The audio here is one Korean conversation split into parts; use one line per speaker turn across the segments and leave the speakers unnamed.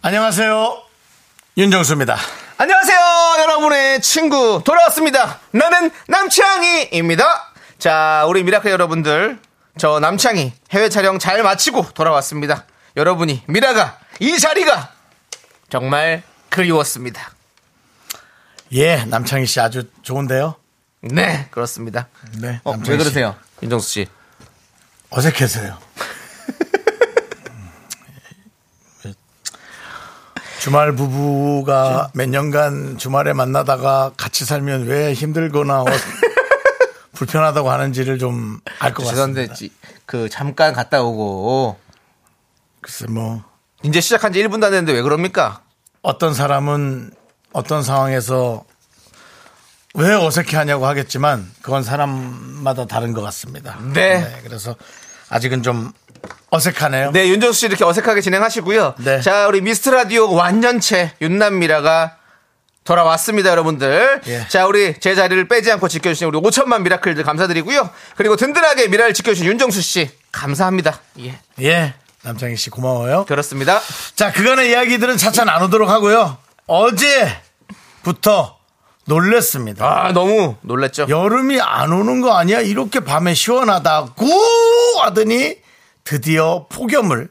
안녕하세요. 윤정수입니다.
안녕하세요, 여러분의 친구 돌아왔습니다. 나는 남창희입니다. 자, 우리 미라클 여러분들, 저 남창희 해외 촬영 잘 마치고 돌아왔습니다. 여러분이 미라가 이 자리가 정말 그리웠습니다.
예, 남창희 씨 아주 좋은데요.
네, 그렇습니다.
네,
어,
남창희 씨.
왜 그러세요, 윤정수 씨?
어색해서요. 주말 부부가 몇 년간 주말에 만나다가 같이 살면 왜 힘들거나 어- 불편하다고 하는지를 좀 알 것 같습니다.
죄송한데 지- 그 잠깐 갔다 오고
글쎄 뭐
이제 시작한 지 1분도 안 됐는데 왜 그럽니까?
어떤 사람은 어떤 상황에서 왜 어색해하냐고 하겠지만 그건 사람마다 다른 것 같습니다.
네.
그래서 아직은 좀 어색하네요.
네, 윤정수 씨 이렇게 어색하게 진행하시고요.
네.
자, 우리 미스트 라디오 완전체 윤남미라가 돌아왔습니다, 여러분들.
예.
자, 우리 제 자리를 빼지 않고 지켜주신 우리 5천만 미라클들 감사드리고요. 그리고 든든하게 미라를 지켜주신 윤정수 씨 감사합니다. 예,
예, 남창희 씨 고마워요.
그렇습니다.
자, 그간의 이야기들은 차차 나누도록 하고요. 어제부터 놀랬습니다.
아, 너무 놀랐죠.
여름이 안 오는 거 아니야? 이렇게 밤에 시원하다고 하더니 드디어 폭염을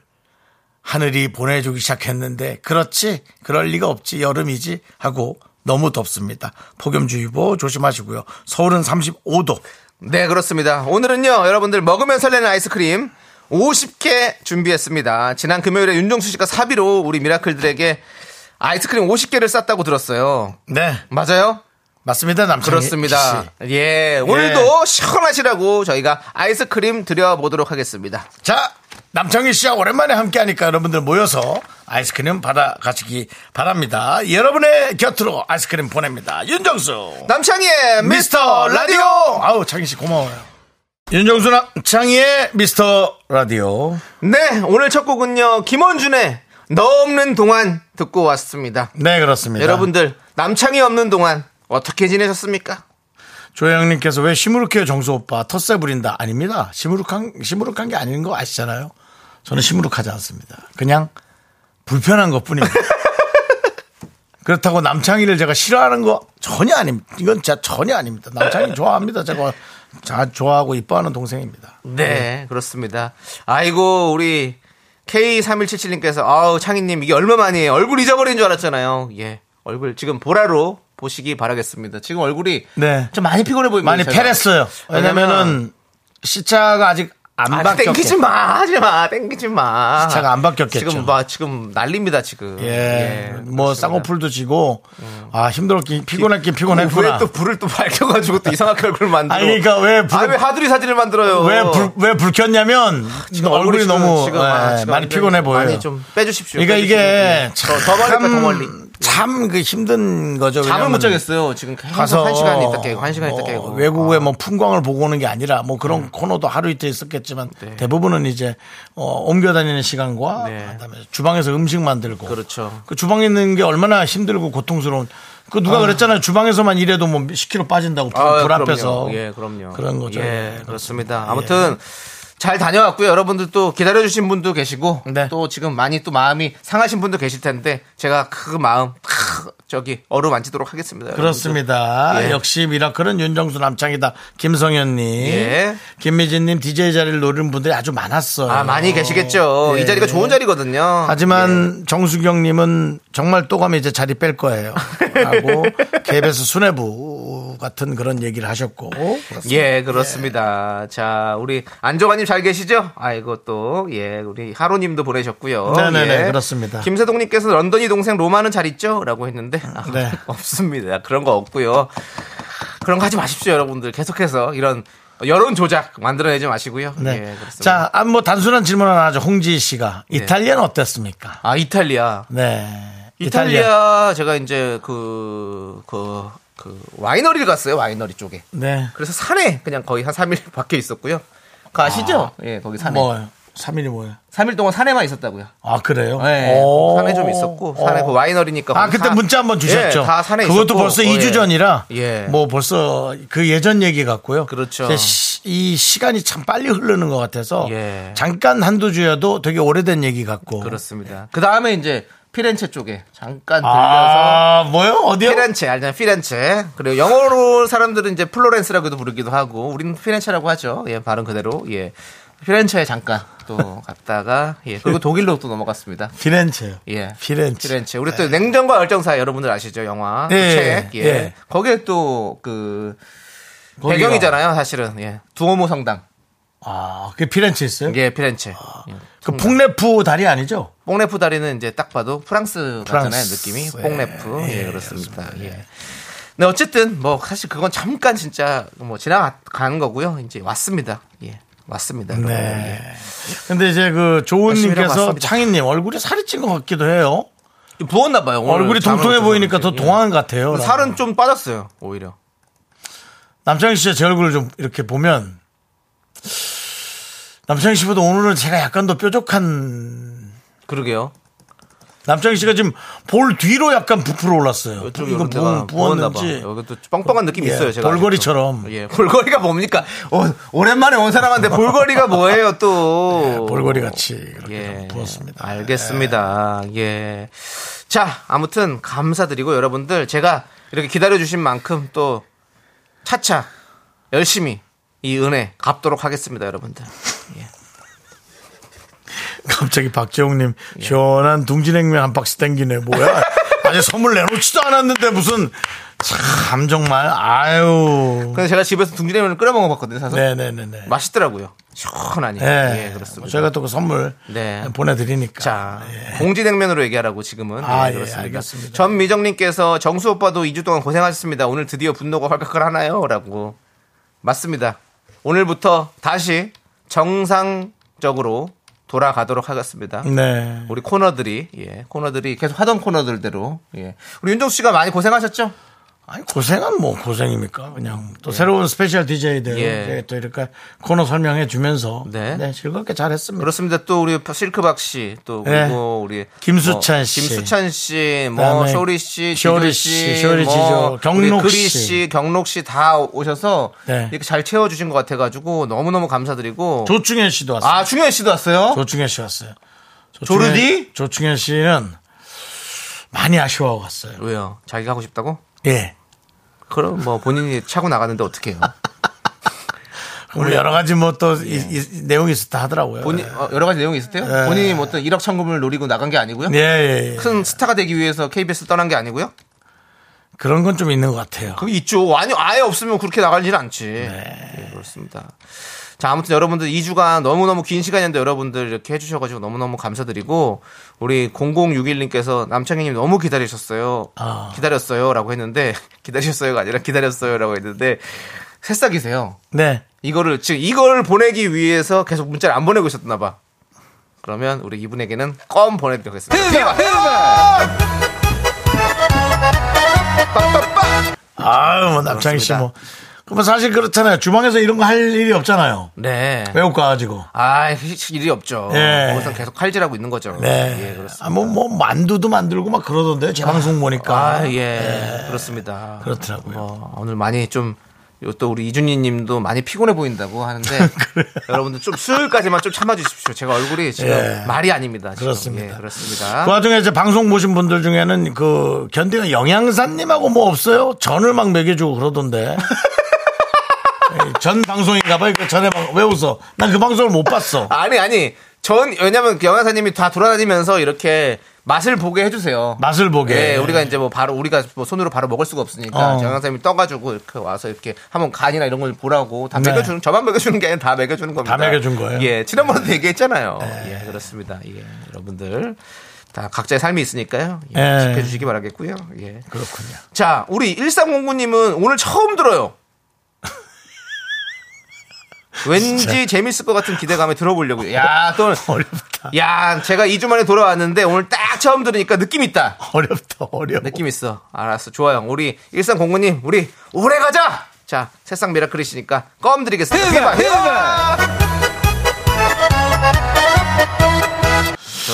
하늘이 보내주기 시작했는데 그렇지 그럴 리가 없지 여름이지 하고 너무 덥습니다. 폭염주의보 조심하시고요. 서울은 35도.
네, 그렇습니다. 오늘은요, 여러분들 먹으면 설레는 아이스크림 50개 준비했습니다. 지난 금요일에 윤정수 씨가 사비로 우리 미라클들에게 아이스크림 50개를 쌌다고 들었어요.
네
맞아요?
맞습니다 남창희
그렇습니다.
씨.
예, 오늘도 시원하시라고 저희가 아이스크림 드려보도록 하겠습니다.
자, 남창희 씨와 오랜만에 함께하니까 여러분들 모여서 아이스크림 받아가시기 바랍니다. 여러분의 곁으로 아이스크림 보냅니다. 윤정수,
남창희의 미스터 라디오!
아우 창희 씨 고마워요. 윤정수 남창희의 미스터 라디오.
네, 오늘 첫 곡은요, 김원준의 너 없는 동안 듣고 왔습니다.
네 그렇습니다.
여러분들, 남창희 없는 동안 어떻게 지내셨습니까?
조영님께서 왜 시무룩해요 정수 오빠 텃세 부린다 아닙니다. 시무룩한 시무룩한 게 아닌 거 아시잖아요. 저는 시무룩하지 않습니다. 그냥 불편한 것 뿐입니다. 그렇다고 남창희를 제가 싫어하는 거 전혀 아닙니다. 이건 진짜 전혀 아닙니다. 남창희 좋아합니다. 제가 자- 좋아하고 이뻐하는 동생입니다.
네, 그렇습니다. 아이고, 우리 K3177님께서, 아우, 창희님, 이게 얼마만이에요? 얼굴 잊어버린 줄 알았잖아요. 예, 얼굴 지금 보라로 보시기 바라겠습니다. 지금 얼굴이
네.
좀 많이 피곤해 보입니다.
많이
제가.
패랬어요. 왜냐면은 시차가 아직 안
아,
바뀌었고
땡기지 마, 하지 마, 땡기지 마.
시차가 안 바뀌었겠죠.
지금 막 지금 난립니다 지금.
예. 뭐
그렇습니다. 음.
쌍꺼풀도 지고 아 힘들었긴 피곤했긴
뭐 왜
피곤했구나.
또 불을 또 밝혀가지고 또 이상하게 얼굴 만들어.
아니, 그러니까 왜 불을-
아, 왜 하두리 사진을 만들어요?
왜 불, 왜 불켰냐면 지금 얼굴이,
아, 지금-
너무
지금,
예,
아, 지금
많이
완전히
피곤해 보여요.
많이 좀 빼주십시오.
그러니까 이게
빼주십시오. 더, 더 멀리까 더 멀리.
참그 힘든 거죠.
잠을 못
왜냐면
자겠어요. 지금 계속
가서
한 시간 있다 깨고 한 시간 있다
뭐
깨고. 아. 음.
외국의 뭐 풍광을 보고 오는 게 아니라 뭐 그런 코너도 하루 이틀 있었겠지만 대부분은 이제 어, 옮겨 다니는 시간과
네.
그다음에 주방에서 음식 만들고
그렇죠.
그 주방에 있는 게 얼마나 힘들고 고통스러운 그 누가 그랬잖아요. 주방에서만 일해도 뭐 10kg 빠진다고 불,
아,
불
그럼요.
앞에서
예, 그럼요.
런 거죠.
예, 그렇습니다. 아무튼 잘 다녀왔고요. 여러분들 또 기다려주신 분도 계시고
네.
또 지금 많이 또 마음이 상하신 분도 계실 텐데 제가 그 마음 크, 저기 어루만지도록 하겠습니다. 여러분들.
그렇습니다.
예.
역시 미라클은 윤정수 남창이다. 김성현님,
예.
김미진님 DJ 자리를 노리는 분들이 아주 많았어요.
아 많이 계시겠죠.
예. 아,
이 자리가 좋은 자리거든요. 예.
하지만 정수경님은 정말 또 가면 이제 자리 뺄 거예요. 하고 KBS 수뇌부 같은 그런 얘기를 하셨고. 그렇습니다.
예, 그렇습니다. 자, 우리 안정환님 잘 계시죠? 아이고 또 예, 우리 하로님도 보내셨고요.
네네네,
예.
그렇습니다.
김세동님께서 런던이 동생 로마는 잘 있죠?라고 했는데 아,
네.
없습니다. 그런 거 없고요. 그런 거 하지 마십시오, 여러분들. 계속해서 이런 여론 조작 만들어내지 마시고요.
네.
예, 그렇습니다.
자,
네.
아, 뭐 단순한 질문 하나 하죠. 홍지 씨가 이탈리아는 어땠습니까?
아 이탈리아.
네.
이탈리아,
이탈리아.
제가 이제 그, 그, 그, 와이너리를 갔어요. 와이너리 쪽에.
네.
그래서 산에 그냥 거의 한 3일 밖에 있었고요. 그 아시죠? 예, 거기 산에.
뭐예요? 3일이 뭐예요?
3일 동안 산에만 있었다고요.
아 그래요?
네,
오.
산에 좀 있었고 산에
어.
그 와이너리니까
아
거기
그때
산-
문자 한번 주셨죠?
예, 다 산에
그것도
있었고.
벌써
어,
2주
예.
전이라
예.
뭐 벌써 그 예전 얘기 같고요.
그렇죠.
이제 시- 이 시간이 참 빨리 흐르는 것 같아서
예.
잠깐 한두 주여도 되게 오래된 얘기 같고.
그렇습니다. 그 다음에 이제 피렌체 쪽에 잠깐 들려서
아 뭐요? 어디요?
피렌체 알잖아요. 피렌체 그리고 영어로 사람들은 이제 플로렌스라고도 부르기도 하고 우리는 피렌체라고 하죠. 예 발음 그대로 예 피렌체에 잠깐 또 갔다가 예 그리고 독일로 또 넘어갔습니다.
피렌체요.
예
피렌체. 네.
피렌체 우리 또 냉정과 열정사 여러분들 아시죠 영화
예,
그 책. 예.
예.
거기에 또 그
거기가-
배경이잖아요 사실은 예 두오모 성당
아, 그 피렌체 있어요?
예 피렌체 예.
그 풍레푸 다리 아니죠?
뽕레프 다리는 이제 딱 봐도 프랑스 같잖아요
프랑스.
느낌이
예.
뽕레프 예, 그렇습니다 예. 네 어쨌든 뭐 사실 그건 잠깐 진짜 뭐 지나간 거고요 이제 왔습니다 예 왔습니다 여러분.
네.
예.
근데 이제 그
열심히
조은님께서
일하고
창희님 얼굴에 살이 찐 것 같기도 해요.
좀 예. 부었나 봐요 오늘
그 얼굴이
잠을
통통해
못
보이니까 더
자서
동안 같아요.
그런지. 예. 살은 좀 빠졌어요 오히려
남창희 씨의 제 얼굴을 좀 이렇게 보면 남창희 씨보다 오늘은 제가 약간 더 뾰족한
그러게요
남창희 씨가 지금 볼 뒤로 약간 부풀어 올랐어요.
이쪽에
이거
이런 데가
부, 부었는지
부었나 봐. 여기도 뻥뻥한 느낌이
예,
있어요 제가
볼거리처럼.
아직도. 예 볼거리가 뭡니까 어, 오, 오랜만에 온 사람한테 볼거리가 뭐예요 또
볼거리 같이 그렇게 좀 부었습니다.
예. 알겠습니다. 예. 자, 아무튼 감사드리고 여러분들 제가 이렇게 기다려 주신 만큼 또 차차 열심히 이 은혜 갚도록 하겠습니다, 여러분들.
갑자기 박재홍님
예.
시원한 둥지냉면 한 박스 땡기네 뭐야? 아직 선물 내놓지도 않았는데 무슨 참 정말 아유.
근데 제가 집에서 둥지냉면을 끓여 먹어 봤거든요, 사실.
네네네네.
맛있더라고요. 시원하니.
네.
예, 그렇습니다.
저희가 또 그 선물
네.
보내드리니까.
자, 공지냉면으로 얘기하라고 지금은.
네. 아,
네,
예,
그렇습니다.
알겠습니다.
전미정님께서 정수 오빠도 2주 동안 고생하셨습니다. 오늘 드디어 분노가 활각을 하나요? 라고. 맞습니다. 오늘부터 다시 정상적으로 돌아가도록 하겠습니다.
네.
우리 코너들이, 예, 코너들이 계속 하던 코너들대로, 예. 우리 윤정수 씨가 많이 고생하셨죠?
아니 고생은 뭐 고생입니까? 그냥 또 새로운 스페셜 DJ들
예.
또 이렇게 코너 설명해 주면서
네.
네. 즐겁게 잘했습니다.
그렇습니다. 또 우리 실크박 씨, 또
네.
그리고 우리
김수찬
어,
씨.
김수찬 씨, 뭐
그다음에
쇼리 씨,
쇼리
쇼리
씨,
씨,
쇼리
뭐
지조,
우리
경록
그리
씨.
씨, 경록 씨 다 오셔서
네.
이렇게 잘 채워주신 것 같아가지고 너무 너무 감사드리고.
조충현 씨도 왔어요.
아 중현 씨도 왔어요.
조충현 씨 왔어요. 조충현-
조르디?
조충현 씨는 많이 아쉬워하고 왔어요.
왜요? 자기가 하고 싶다고?
예.
그럼 뭐 본인이 차고 나가는데 어떡해요
뭐 여러 가지 뭐 또 내용이 있었다 하더라고요.
예. 본인 어, 여러 가지 내용이 있을 때요.
네.
본인이 뭐 어떤 1억 천금을 노리고 나간 게 아니고요.
예, 예, 예.
큰 스타가 되기 위해서 KBS 를 떠난 게 아니고요.
그런 건 좀 있는 것 같아요.
그거 있죠. 아니, 아예 없으면 그렇게 나갈 일 않지.
네.
예, 그렇습니다. 자, 아무튼 여러분들 2주간 너무너무 긴 시간인데 여러분들 이렇게 해주셔가지고 너무너무 감사드리고, 우리 0061님께서 남창희님 너무 기다리셨어요.
아.
기다렸어요. 라고 했는데, 기다리셨어요가 아니라 기다렸어요. 라고 했는데, 새싹이세요.
네.
이거를, 즉, 이걸 보내기 위해서 계속 문자를 안 보내고 있었나봐. 그러면 우리 이분에게는 껌 보내드리겠습니다.
네. 아유, 뭐 남창희 씨 뭐.
그렇습니다.
그럼 사실 그렇잖아요. 주방에서 이런 거 할 일이 없잖아요.
네.
외국 가가지고.
아, 일이 없죠.
예.
거기서 계속 칼질하고 있는 거죠.
네.
예, 그렇습니다.
아, 뭐, 뭐, 만두도 만들고 막 그러던데요. 제 방송 보니까.
아, 예. 그렇습니다.
그렇더라고요.
뭐, 오늘 많이 좀, 요 또 우리 이준희 님도 많이 피곤해 보인다고 하는데, 여러분들 좀 수요일까지만 좀 참아주십시오. 제가 얼굴이 지금
예.
말이 아닙니다. 지금.
그렇습니다.
예, 그렇습니다.
그 와중에 이제 방송 보신 분들 중에는 그 견디는 영양사님하고 뭐 없어요? 전을 막 먹여주고 그러던데. 에이, 전 방송인가봐요. 그 전에 막 왜 웃어? 난 그 방송을 못 봤어.
아니, 아니. 전, 왜냐면 영화사님이 다 돌아다니면서 이렇게 맛을 보게 해주세요.
맛을 보게.
예, 우리가 이제 뭐 바로 우리가 뭐 손으로 바로 먹을 수가 없으니까
어.
영양사님이 떠가지고 이렇게 와서 이렇게 한번 간이나 이런 걸 보라고 다
네.
먹여주는 저만 먹여주는 게 아니라 다 먹여주는 겁니다.
먹여준 거예요? 네.
예, 지난번에도 얘기했잖아요. 예, 그렇습니다. 예, 여러분들 다 각자의 삶이 있으니까요. 예,
예.
지켜주시기 바라겠고요. 예,
그렇군요.
자, 우리 1309님은 오늘 처음 들어요. 왠지 재밌을 것 같은 기대감에 들어보려고요. 야, 또
어렵다.
야, 제가 2주 만에 돌아왔는데 오늘 딱 딱 처음 들으니까 느낌 있다.
어렵다, 어려워.
느낌 있어. 알았어. 좋아요. 우리 1309님, 우리 오래 가자! 자, 새싹 미라클이시니까 껌 드리겠습니다. 휘발, 휘발!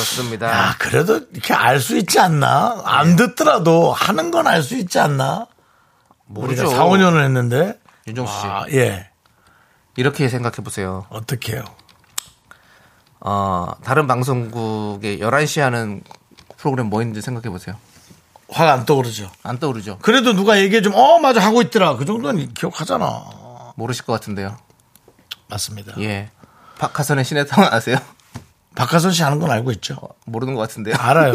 좋습니다.
아, 그래도 이렇게 알 수 있지 않나? 안 듣더라도 하는 건 알 수 있지 않나? 우리가
모르죠.
4, 5년을 했는데.
윤정수 씨.
아, 예.
이렇게 생각해 보세요.
어떻게 해요?
어, 다른 방송국에 11시 하는 프로그램 뭐 있는지 생각해 보세요.
화가 안 떠오르죠.
안 떠오르죠?
그래도 누가 얘기해 좀, 어, 맞아, 하고 있더라. 그 정도는 기억하잖아.
모르실 것 같은데요.
맞습니다.
예. 박하선의 신의 땅 아세요?
박하선 씨 하는 건 알고 있죠.
모르는 것 같은데요.
알아요.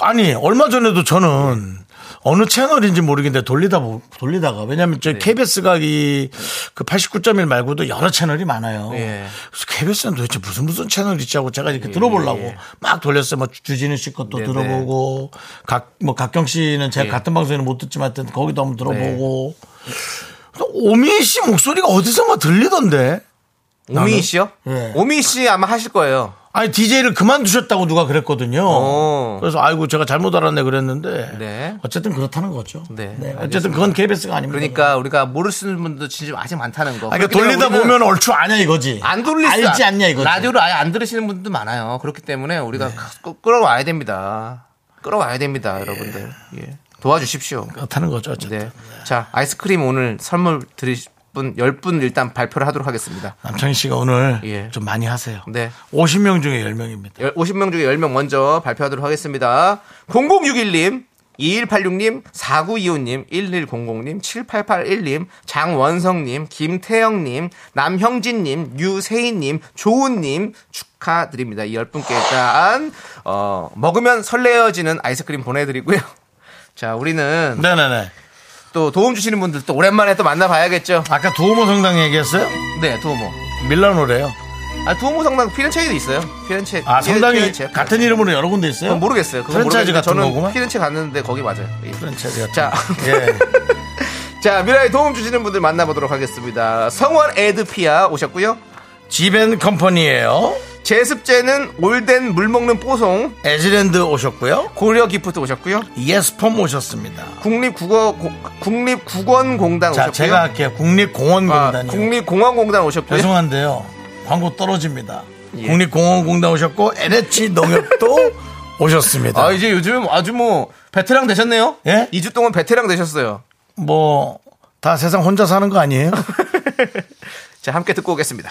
아니 얼마 전에도 저는 어느 채널인지 모르겠는데 돌리다 보- 돌리다가 왜냐하면 저
네.
KBS가 이 그 89.1 말고도 여러 채널이 많아요.
예.
그래서 KBS는 도대체 무슨 무슨 채널 있지 하고 제가 이렇게 들어보려고
예.
막 돌렸어요. 뭐 주- 주진우 씨 것도
네네.
들어보고 각 뭐 각경 씨는 제가
예. 네.
같은 방송에는 못 듣지만 하여튼 거기도 한번 들어보고 근데 오민 씨 목소리가 어디선가 들리던데.
오미희 씨요?
예.
오미희 씨 아마 하실 거예요.
아니 DJ를 그만두셨다고 누가 그랬거든요.
오.
그래서 아이고 제가 잘못 알았네 그랬는데
어. 네.
어쨌든 그렇다는 거죠.
네,
어쨌든 그건 KBS가 아닙니다.
그러니까 우리가 모를 수 있는 분도 진짜 아직 많다는 거.
아니, 그러니까
그렇기 때문에
돌리다
우리는
보면 얼추 아냐 이거지.
안 돌릴 수
알지
아-
않냐 이거지. 네.
라디오를 아예 안 들으시는 분도 많아요. 그렇기 때문에 우리가 끌- 끌어와야 됩니다. 끌어와야 됩니다, 여러분들. 예. 도와주십시오.
그렇다는 거죠. 어쨌든.
네. 자, 아이스크림 오늘 선물 드리실 분 10분 일단 발표를 하도록 하겠습니다.
남창희 씨가 오늘
예.
좀 많이 하세요.
네.
50명 중에 10명입니다.
50명 중에 10명 먼저 발표하도록 하겠습니다. 0061님, 2186님, 4925님, 1100님, 7881님, 장원성님, 김태영님, 남형진님, 유세희님, 조은님 축하드립니다. 이 10분께 일단, 어, 먹으면 설레어지는 아이스크림 보내드리고요. 자, 우리는
네네네.
또 도움 주시는 분들 또 오랜만에 또 만나봐야겠죠.
아까 도우모 성당 얘기했어요?
네, 도모.
밀라노래요.
아, 도모 성당 피렌체에도 있어요. 피렌체.
아 성당이
피렌체.
같은 이름으로 여러 군데 있어요?
예, 그건 모르겠어요. 그건
프랜차이즈
모르겠는데
같은
저는
거구만.
피렌체 갔는데 거기 맞아요. 예.
프랜차이즈 같은
자.
거. 예.
자, 미라에 도움 주시는 분들 만나보도록 하겠습니다. 성원 에드피아 오셨고요.
지벤 컴퍼니예요.
제습제는 올덴 물 먹는 뽀송
에즈랜드 오셨고요.
고려 기프트 오셨고요.
예스폼 오셨습니다.
국립국어 고- 국립국원공단
자,
오셨고요.
제가 할게요.
아,
국립공원공단이요.
국립공원공단 오셨고요.
죄송한데요. 광고 떨어집니다.
예.
국립공원공단 오셨고 NH 농협도 오셨습니다.
아, 이제 요즘 아주 뭐 베테랑 되셨네요.
예?
2주 동안 베테랑 되셨어요.
뭐 다 세상 혼자 사는 거 아니에요?
자, 함께 듣고 오겠습니다.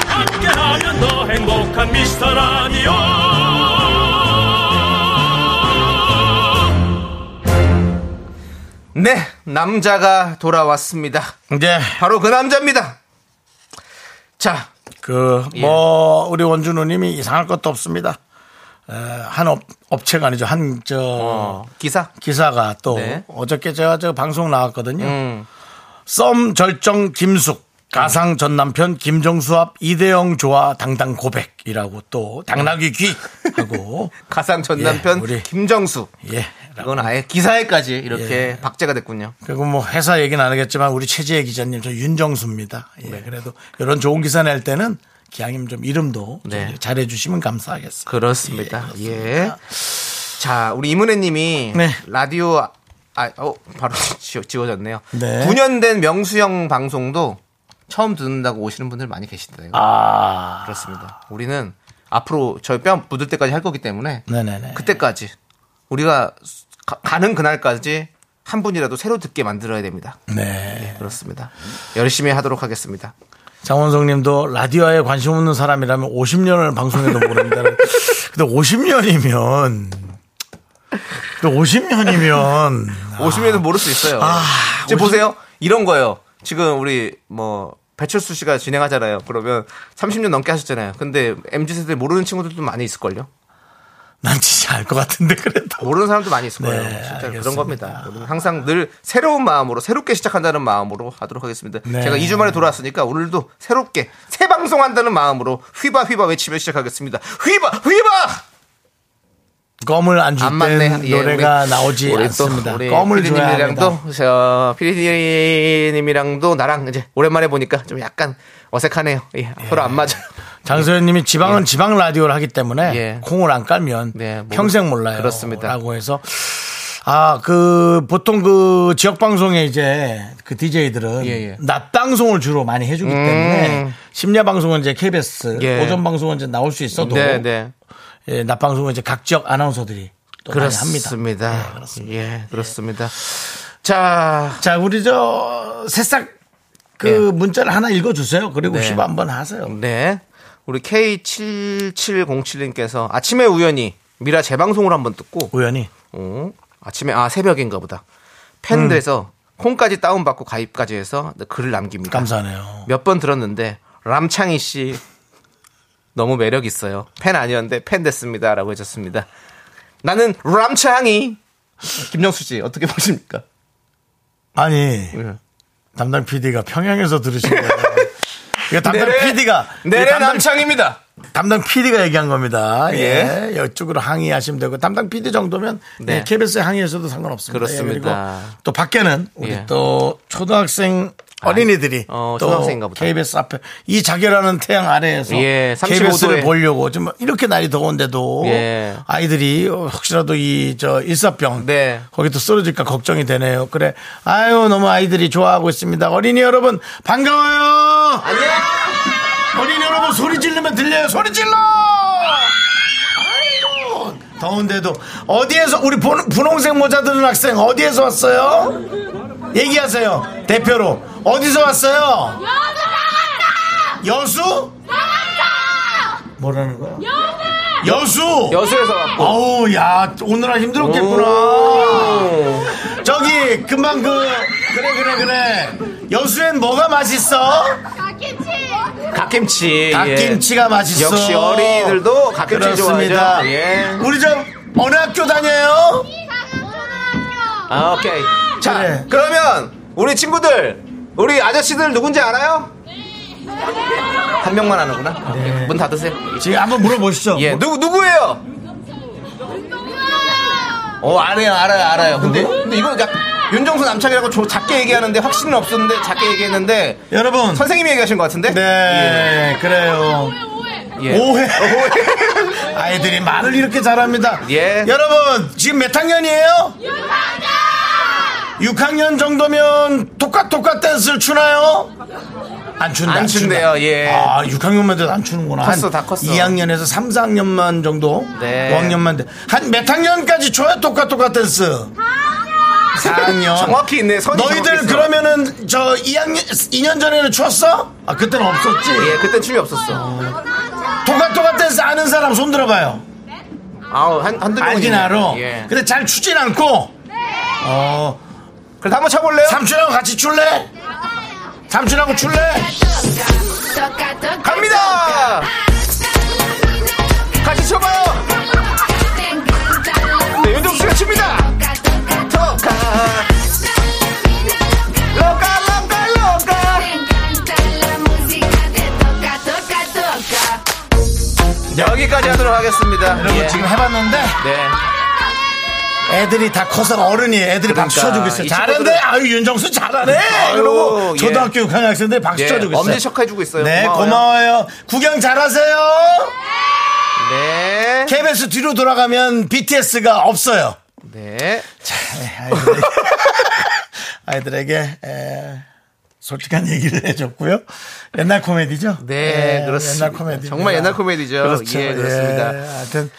함께하면 더 행복한 미스터 라디오
네, 남자가 돌아왔습니다.
이제
바로 그 남자입니다. 자, 예.
그 뭐 우리 원준우님이 이상할 것도 없습니다. 에, 한 업, 업체가 아니죠. 한 저
어, 기사.
기사가 또
네.
어저께 제가 저 방송 나왔거든요.
음.
썸 절정 김숙 가상 전 남편 김정수 앞 이대영 조화 당당 고백이라고 또 당나귀 귀 하고
가상 전
예,
남편
우리.
김정수.
예.
이건 아예 예. 기사에까지 이렇게 박제가 됐군요.
그리고 뭐 회사 얘기는 안 하겠지만 우리 최지혜 기자님 저 윤정수입니다. 예.
네.
그래도 이런 좋은 기사 낼 때는 기왕이면 좀 이름도 좀
네.
잘해주시면 감사하겠습니다.
그렇습니다. 예. 자, 우리 이문혜 님이
네.
라디오 아, 어, 바로 지워, 지워졌네요.
네.
9년 된 명수형 방송도 처음 듣는다고 오시는 분들 많이 계시대요.
아
그렇습니다. 우리는 앞으로 저희 뺨 묻을 때까지 할 거기 때문에
네네네.
그때까지 우리가 가, 는 그날까지 한 분이라도 새로 듣게 만들어야 됩니다.
네.
그렇습니다. 열심히 하도록 하겠습니다.
장원성 님도 라디오에 관심 없는 사람이라면 50년을 방송해도 모릅니다. 근데 50년이면, 근데 50년이면,
오시면은 모를 수 있어요. 지금 보세요. 이런 거예요. 지금 우리 뭐 배철수 씨가 진행하잖아요. 그러면 30년 넘게 하셨잖아요. 근데 MZ 세대 모르는 친구들도 많이 있을걸요.
난 진짜 알 것 같은데 그래도.
모르는 사람도 많이 있을 거예요.
네,
진짜
알겠습니다.
그런 겁니다. 우리는 항상 늘 새로운 마음으로 새롭게 시작한다는 마음으로 하도록 하겠습니다.
네.
제가 2주 만에 돌아왔으니까 오늘도 새롭게 새 방송한다는 마음으로 휘바 휘바 외치며 시작하겠습니다. 휘바 휘바!
껌을 안
안
줄
맞네.
땐
예,
노래가
우리-
나오지
우리 또
않습니다.
우리
껌을 줘야 합니다.
피디님이랑도 저 피디님이랑도 나랑 이제 오랜만에 보니까 좀 약간 어색하네요. 예, 서로 안 맞아요.
장소연님이 지방은 지방 라디오를 하기 때문에
네. 예.
콩을 안 깔면
네, 모르-
평생 몰라요.
그렇습니다.
라고 해서 아 그 보통 그 지역 방송에 이제 그 DJ들은
예, 예.
낮 방송을 주로 많이 해주기 때문에 심야 방송은 이제 KBS
예.
오전 방송은 이제 나올 수 있어도
네, 네.
예, 낮 방송은 이제 각 지역 아나운서들이 또 많이 합니다. 네,
그렇습니다. 예, 그렇습니다. 자,
자 우리 저 새싹 그 문자를 하나 읽어주세요. 그리고
예. 네.
휘바 한번 하세요.
네. 우리 K7707님께서 아침에 우연히 미라 재방송을 한번 듣고
우연히
어, 아침에 아 새벽인가 보다. 팬들에서 콩까지 다운받고 가입까지 해서 글을 남깁니다.
감사하네요.
몇 번 들었는데 람창희 씨 너무 매력 있어요. 팬 아니었는데 팬 됐습니다라고 해줬습니다. 나는 람창희. 김영수 씨 어떻게 보십니까?
아니 담당 PD가 평양에서 들으신 거예요. 이거 담당 PD가 예,
내래
담당,
남창입니다.
담당 PD가 얘기한 겁니다.
예.
예. 이쪽으로 항의하시면 되고 담당 PD 정도면
네.
네. KBS에 항의해서도 상관없습니다. 예,
그렇습니다.
그리고 또 밖에는 우리
예.
또 초등학생 어린이들이
어,
또
초등학생인가 보다.
KBS 앞에 이 자결하는 태양 아래에서
예, 35 도에.
KBS를 보려고 좀 이렇게 날이 더운데도
예.
아이들이 혹시라도 이 저 일사병
네.
거기 또 쓰러질까 걱정이 되네요. 그래. 아유, 너무 아이들이 좋아하고 있습니다. 어린이 여러분, 반가워요! 안녕! 어린이 여러분, 소리 지르면 들려요. 소리 질러! 아유, 더운데도. 어디에서, 우리 분- 분홍색 모자 들은 학생, 어디에서 왔어요? 얘기하세요. 대표로. 어디서 왔어요? 여수 나갔다! 여수? 나갔다! 뭐라는 거야? 여수! 여수!
여수에서 왔고.
어우, 야, 오늘은 힘들었겠구나. 저기, 금방 그, 그래, 그래, 그래. 여수엔 뭐가 맛있어?
갓김치.
닭김치가 맛있어.
예. 역시 어린이들도 갓김치
그렇습니다.
좋아하죠. 예.
우리 저, 어느 학교 다녀요?
아, 오케이. 자,
그래.
그러면 우리 친구들, 우리 아저씨들 누군지 알아요? 한 명만 아는구나. 오케이. 네. 문 닫으세요.
지금 한번 물어보시죠. 뭐,
예, 누구 누구예요? 어, 알아요, 알아요, 알아요. 근데 근데 이거 약 윤정수 남창이라고 저 작게 얘기하는데 확신은 없었는데 작게 얘기했는데
여러분.
선생님이 얘기하신 것 같은데?
네, 그래요.
예.
오해. 아이들이 말을 이렇게 잘합니다.
예.
여러분, 지금 몇 학년이에요? 6학년! 6학년 정도면 똑같똑같 댄스를 추나요? 안 춘다.
안 춘대요,
춘다.
예.
아, 6학년만 돼도 안 추는구나.
컸어, 다 컸어.
2학년에서 3, 4학년만 정도?
네.
5학년만 돼. 한 몇 학년까지 춰야 똑같똑같 댄스? 4학년.
정확히 있네. 선이
너희들
정확히 있어.
그러면은 저 2학년, 2년 전에는 추었어? 아, 그때는 없었지?
예, 그땐 춤이 없었어.
도가도가 댄스 아는 사람 손 들어봐요.
아우, 한, 한두 명.
알긴 알아.
예.
근데 잘 추진 않고. 어.
그래도 한번 쳐볼래요?
삼촌하고 같이 출래? 삼촌하고 출래?
갑니다! 같이 쳐봐요! 네, 윤종 씨가 칩니다! 토카! 로카, 로카, 로카! 여기까지 하도록 하겠습니다. 예.
여러분 지금 해봤는데
네.
애들이 다 커서 어른이 애들이 박수
그러니까,
쳐주고 있어요.
이
잘한데
친구들은-
아유 윤정수 잘하네.
아유,
그러고
예.
초등학교 6학년 학생들이 박수
예,
쳐주고 있어요.
엄지척 해주고 있어요.
네
고마워요.
고마워요. 구경 잘하세요.
네.
KBS 뒤로 돌아가면 BTS가 없어요.
네.
네, 아이들에게, 아이들에게, 에, 솔직한 얘기를 해줬고요. 옛날 코미디죠?
네,
예,
그렇습니다.
옛날 코미디.
정말 옛날 코미디죠.
그렇죠.
예, 그렇습니다.
예, 하여튼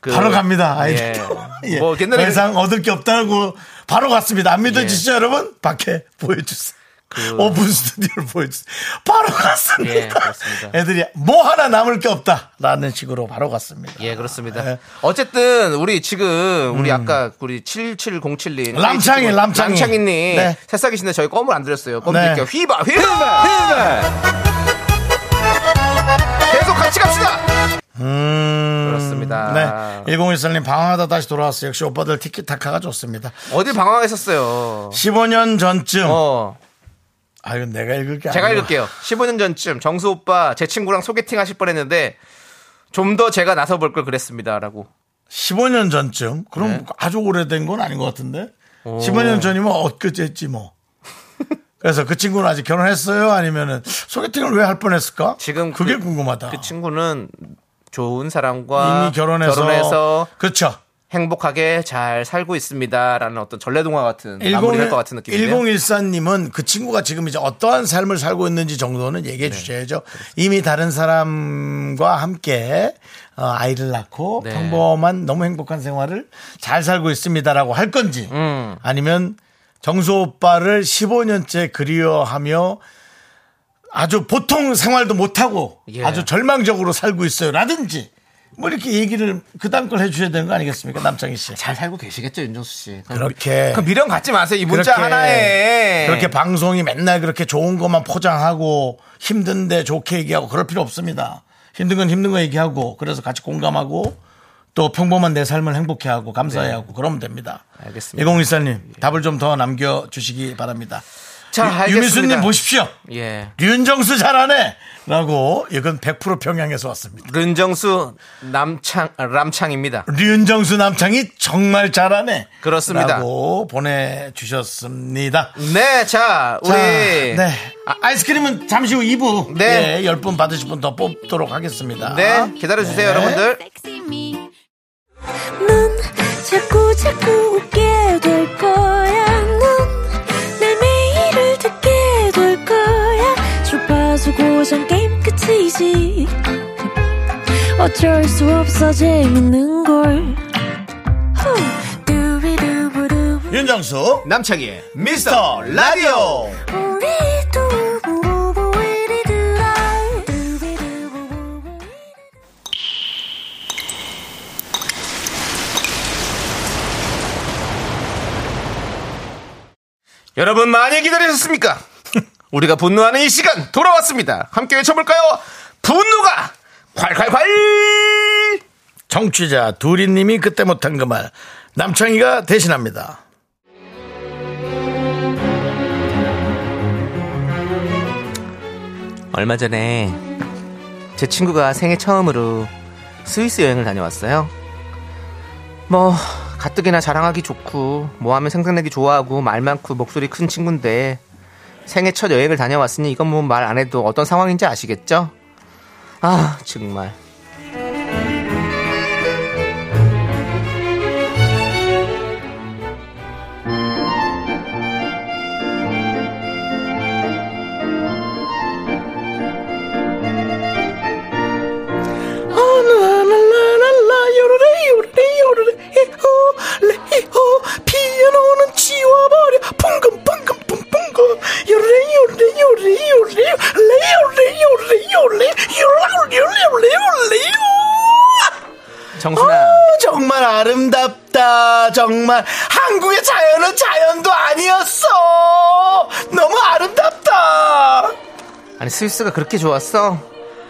그-
바로 갑니다. 아이들.
예.
예.
뭐, 옛날에
더 이상 얻을 게 없다고 바로 갔습니다. 안
예.
믿어지시죠, 여러분? 밖에 보여주세요. 오픈 스튜디오를 보여주세요. 바로 갔습니다.
그 예, 그렇습니다.
애들이 뭐 하나 남을 게 없다라는 식으로 바로 갔습니다.
예, 그렇습니다.
예. 음.
어쨌든 우리 지금 우리 아까 우리 7707님
람창이, 람창이.
님
네.
새싹이신데 저희 껌을 안 드렸어요. 껌
네.
드릴게요. 휘바 휘바 휘바. 계속 같이 갑시다. 그렇습니다.
음.
아.
네. 1014님 방황하다 다시 돌아왔어요. 역시 오빠들 티키타카가 좋습니다.
어디 방황했었어요.
15년 전쯤.
어,
아, 이건 내가 읽을 게
제가
아니고.
읽을게요. 15년 전쯤 정수 오빠 제 친구랑 소개팅 하실 뻔했는데 좀 더 제가 나서 볼 걸 그랬습니다라고.
15년 전쯤. 그럼
네.
아주 오래된 건 아닌 것 같은데. 15년 전이면 엊그제지 뭐. 그래서 그 친구는 아직 결혼했어요? 아니면은 소개팅을 왜 할 뻔했을까?
지금
그게
그-
궁금하다.
그 친구는 좋은 사람과
이미 결혼해서,
결혼해서
그렇죠.
행복하게 잘 살고 있습니다라는 어떤 전래동화 같은 마무리할 것 같은 느낌인데요.
1014님은 그 친구가 지금 이제 어떠한 삶을 살고 있는지 정도는
네.
얘기해 주셔야죠. 이미 다른 사람과 함께 어, 아이를 낳고
네.
평범한 너무 행복한 생활을 잘 살고 있습니다라고 할 건지
음.
아니면 정수 오빠를 15년째 그리워하며 아주 보통 생활도 못하고
예.
아주 절망적으로 살고 있어요. 라든지 뭐 이렇게 얘기를 그다음 걸 해주셔야 되는 거 아니겠습니까? 남창희 씨.
잘 살고 계시겠죠, 윤정수 씨. 그럼
그렇게.
그 미련 갖지 마세요. 이 문자 하나에
그렇게 방송이 맨날 그렇게 좋은 것만 포장하고 힘든데 좋게 얘기하고 그럴 필요 없습니다. 힘든 건 힘든 거 얘기하고 그래서 같이 공감하고 또 평범한 내 삶을 행복해하고 감사해하고 그러면 됩니다.
네. 알겠습니다.
1014님 답을 좀 더 남겨주시기 바랍니다.
자,
유-
알겠습니다.
유미수님 보십시오.
예.
윤정수 잘하네! 라고 이건 100% 평양에서 왔습니다.
른정수 남창 아, 람창입니다.
류은정수 남창이 정말 잘하네.
그렇습니다.
라고 보내주셨습니다.
네, 자, 우리
자, 네. 아, 이스크림은 잠시 후 2부. 네.
네.
10분 받으실 분 더 뽑도록 하겠습니다.
네, 기다려 주세요,
네.
여러분들.
넌 자꾸 자꾸 웃게 될 거야. 넌내 매일을 듣게 될 거야. 주파수 고정 게임 끝이지. 어쩔 수 없어 재밌는 걸. 후. 두비두부두.
윤정수.
남창희의 미스터 라디오.
우리 두부부부 우리 두라. 두비두부부부 우리
여러분 많이 기다리셨습니까? 우리가 분노하는 이 시간 돌아왔습니다. 함께 외쳐볼까요? 분노가 콸콸콸!
정취자 두리님이 그때 못한 그 말. 남창희가 대신합니다.
얼마 전에 제 친구가 생애 처음으로 스위스 여행을 다녀왔어요. 뭐 가뜩이나 자랑하기 좋고 뭐 하면 생산력이 좋아하고 말 많고 목소리 큰 친구인데 생애 첫 여행을 다녀왔으니 이건 뭐 말 안 해도 어떤 상황인지 아시겠죠? 아 정말
어, 피아노는 지워버려 펑금 펑금 펑펑금 요래 요래 요래 요래 요래 요래 요래 요래 요래 요래
정순아
어, 정말 아름답다. 정말 한국의 자연은 자연도 아니었어. 너무 아름답다.
아니 스위스가 그렇게 좋았어?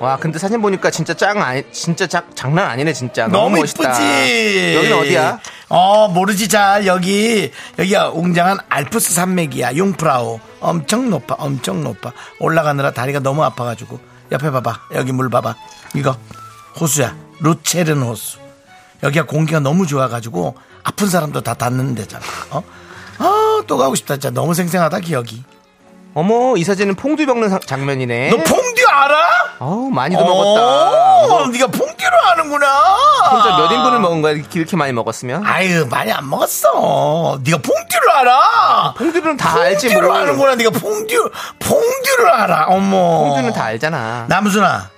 와 근데 사진 보니까 진짜 짱 아니 진짜 짱, 장난 아니네 진짜 너무,
너무
멋있다.
이쁘지.
여기 어디야?
어 모르지 잘 여기 여기야 웅장한 알프스 산맥이야 용프라우 엄청 높아 엄청 높아 올라가느라 다리가 너무 아파가지고 옆에 봐봐 여기 물 봐봐 이거 호수야 루체른 호수 여기가 공기가 너무 좋아가지고 아픈 사람도 다 닿는 데잖아 어? 아또 가고 싶다 진짜 너무 생생하다 기억이
어머 이 사진은 퐁듀 먹는 사- 장면이네.
너 퐁듀 알아?
어우 많이도 예? 먹었다.
어, 네가 퐁듀를 아는구나.
혼자 몇 인분을 먹은 거야 이렇게 이렇게 많이 먹었으면?
아유 많이 안 먹었어. 네가 퐁듀를 알아.
퐁듀는 다 알지
퐁듀를
뭐.
아는구나. 네가 퐁듀 퐁듀를 알아. 어머.
퐁듀는 다 알잖아.
남순아.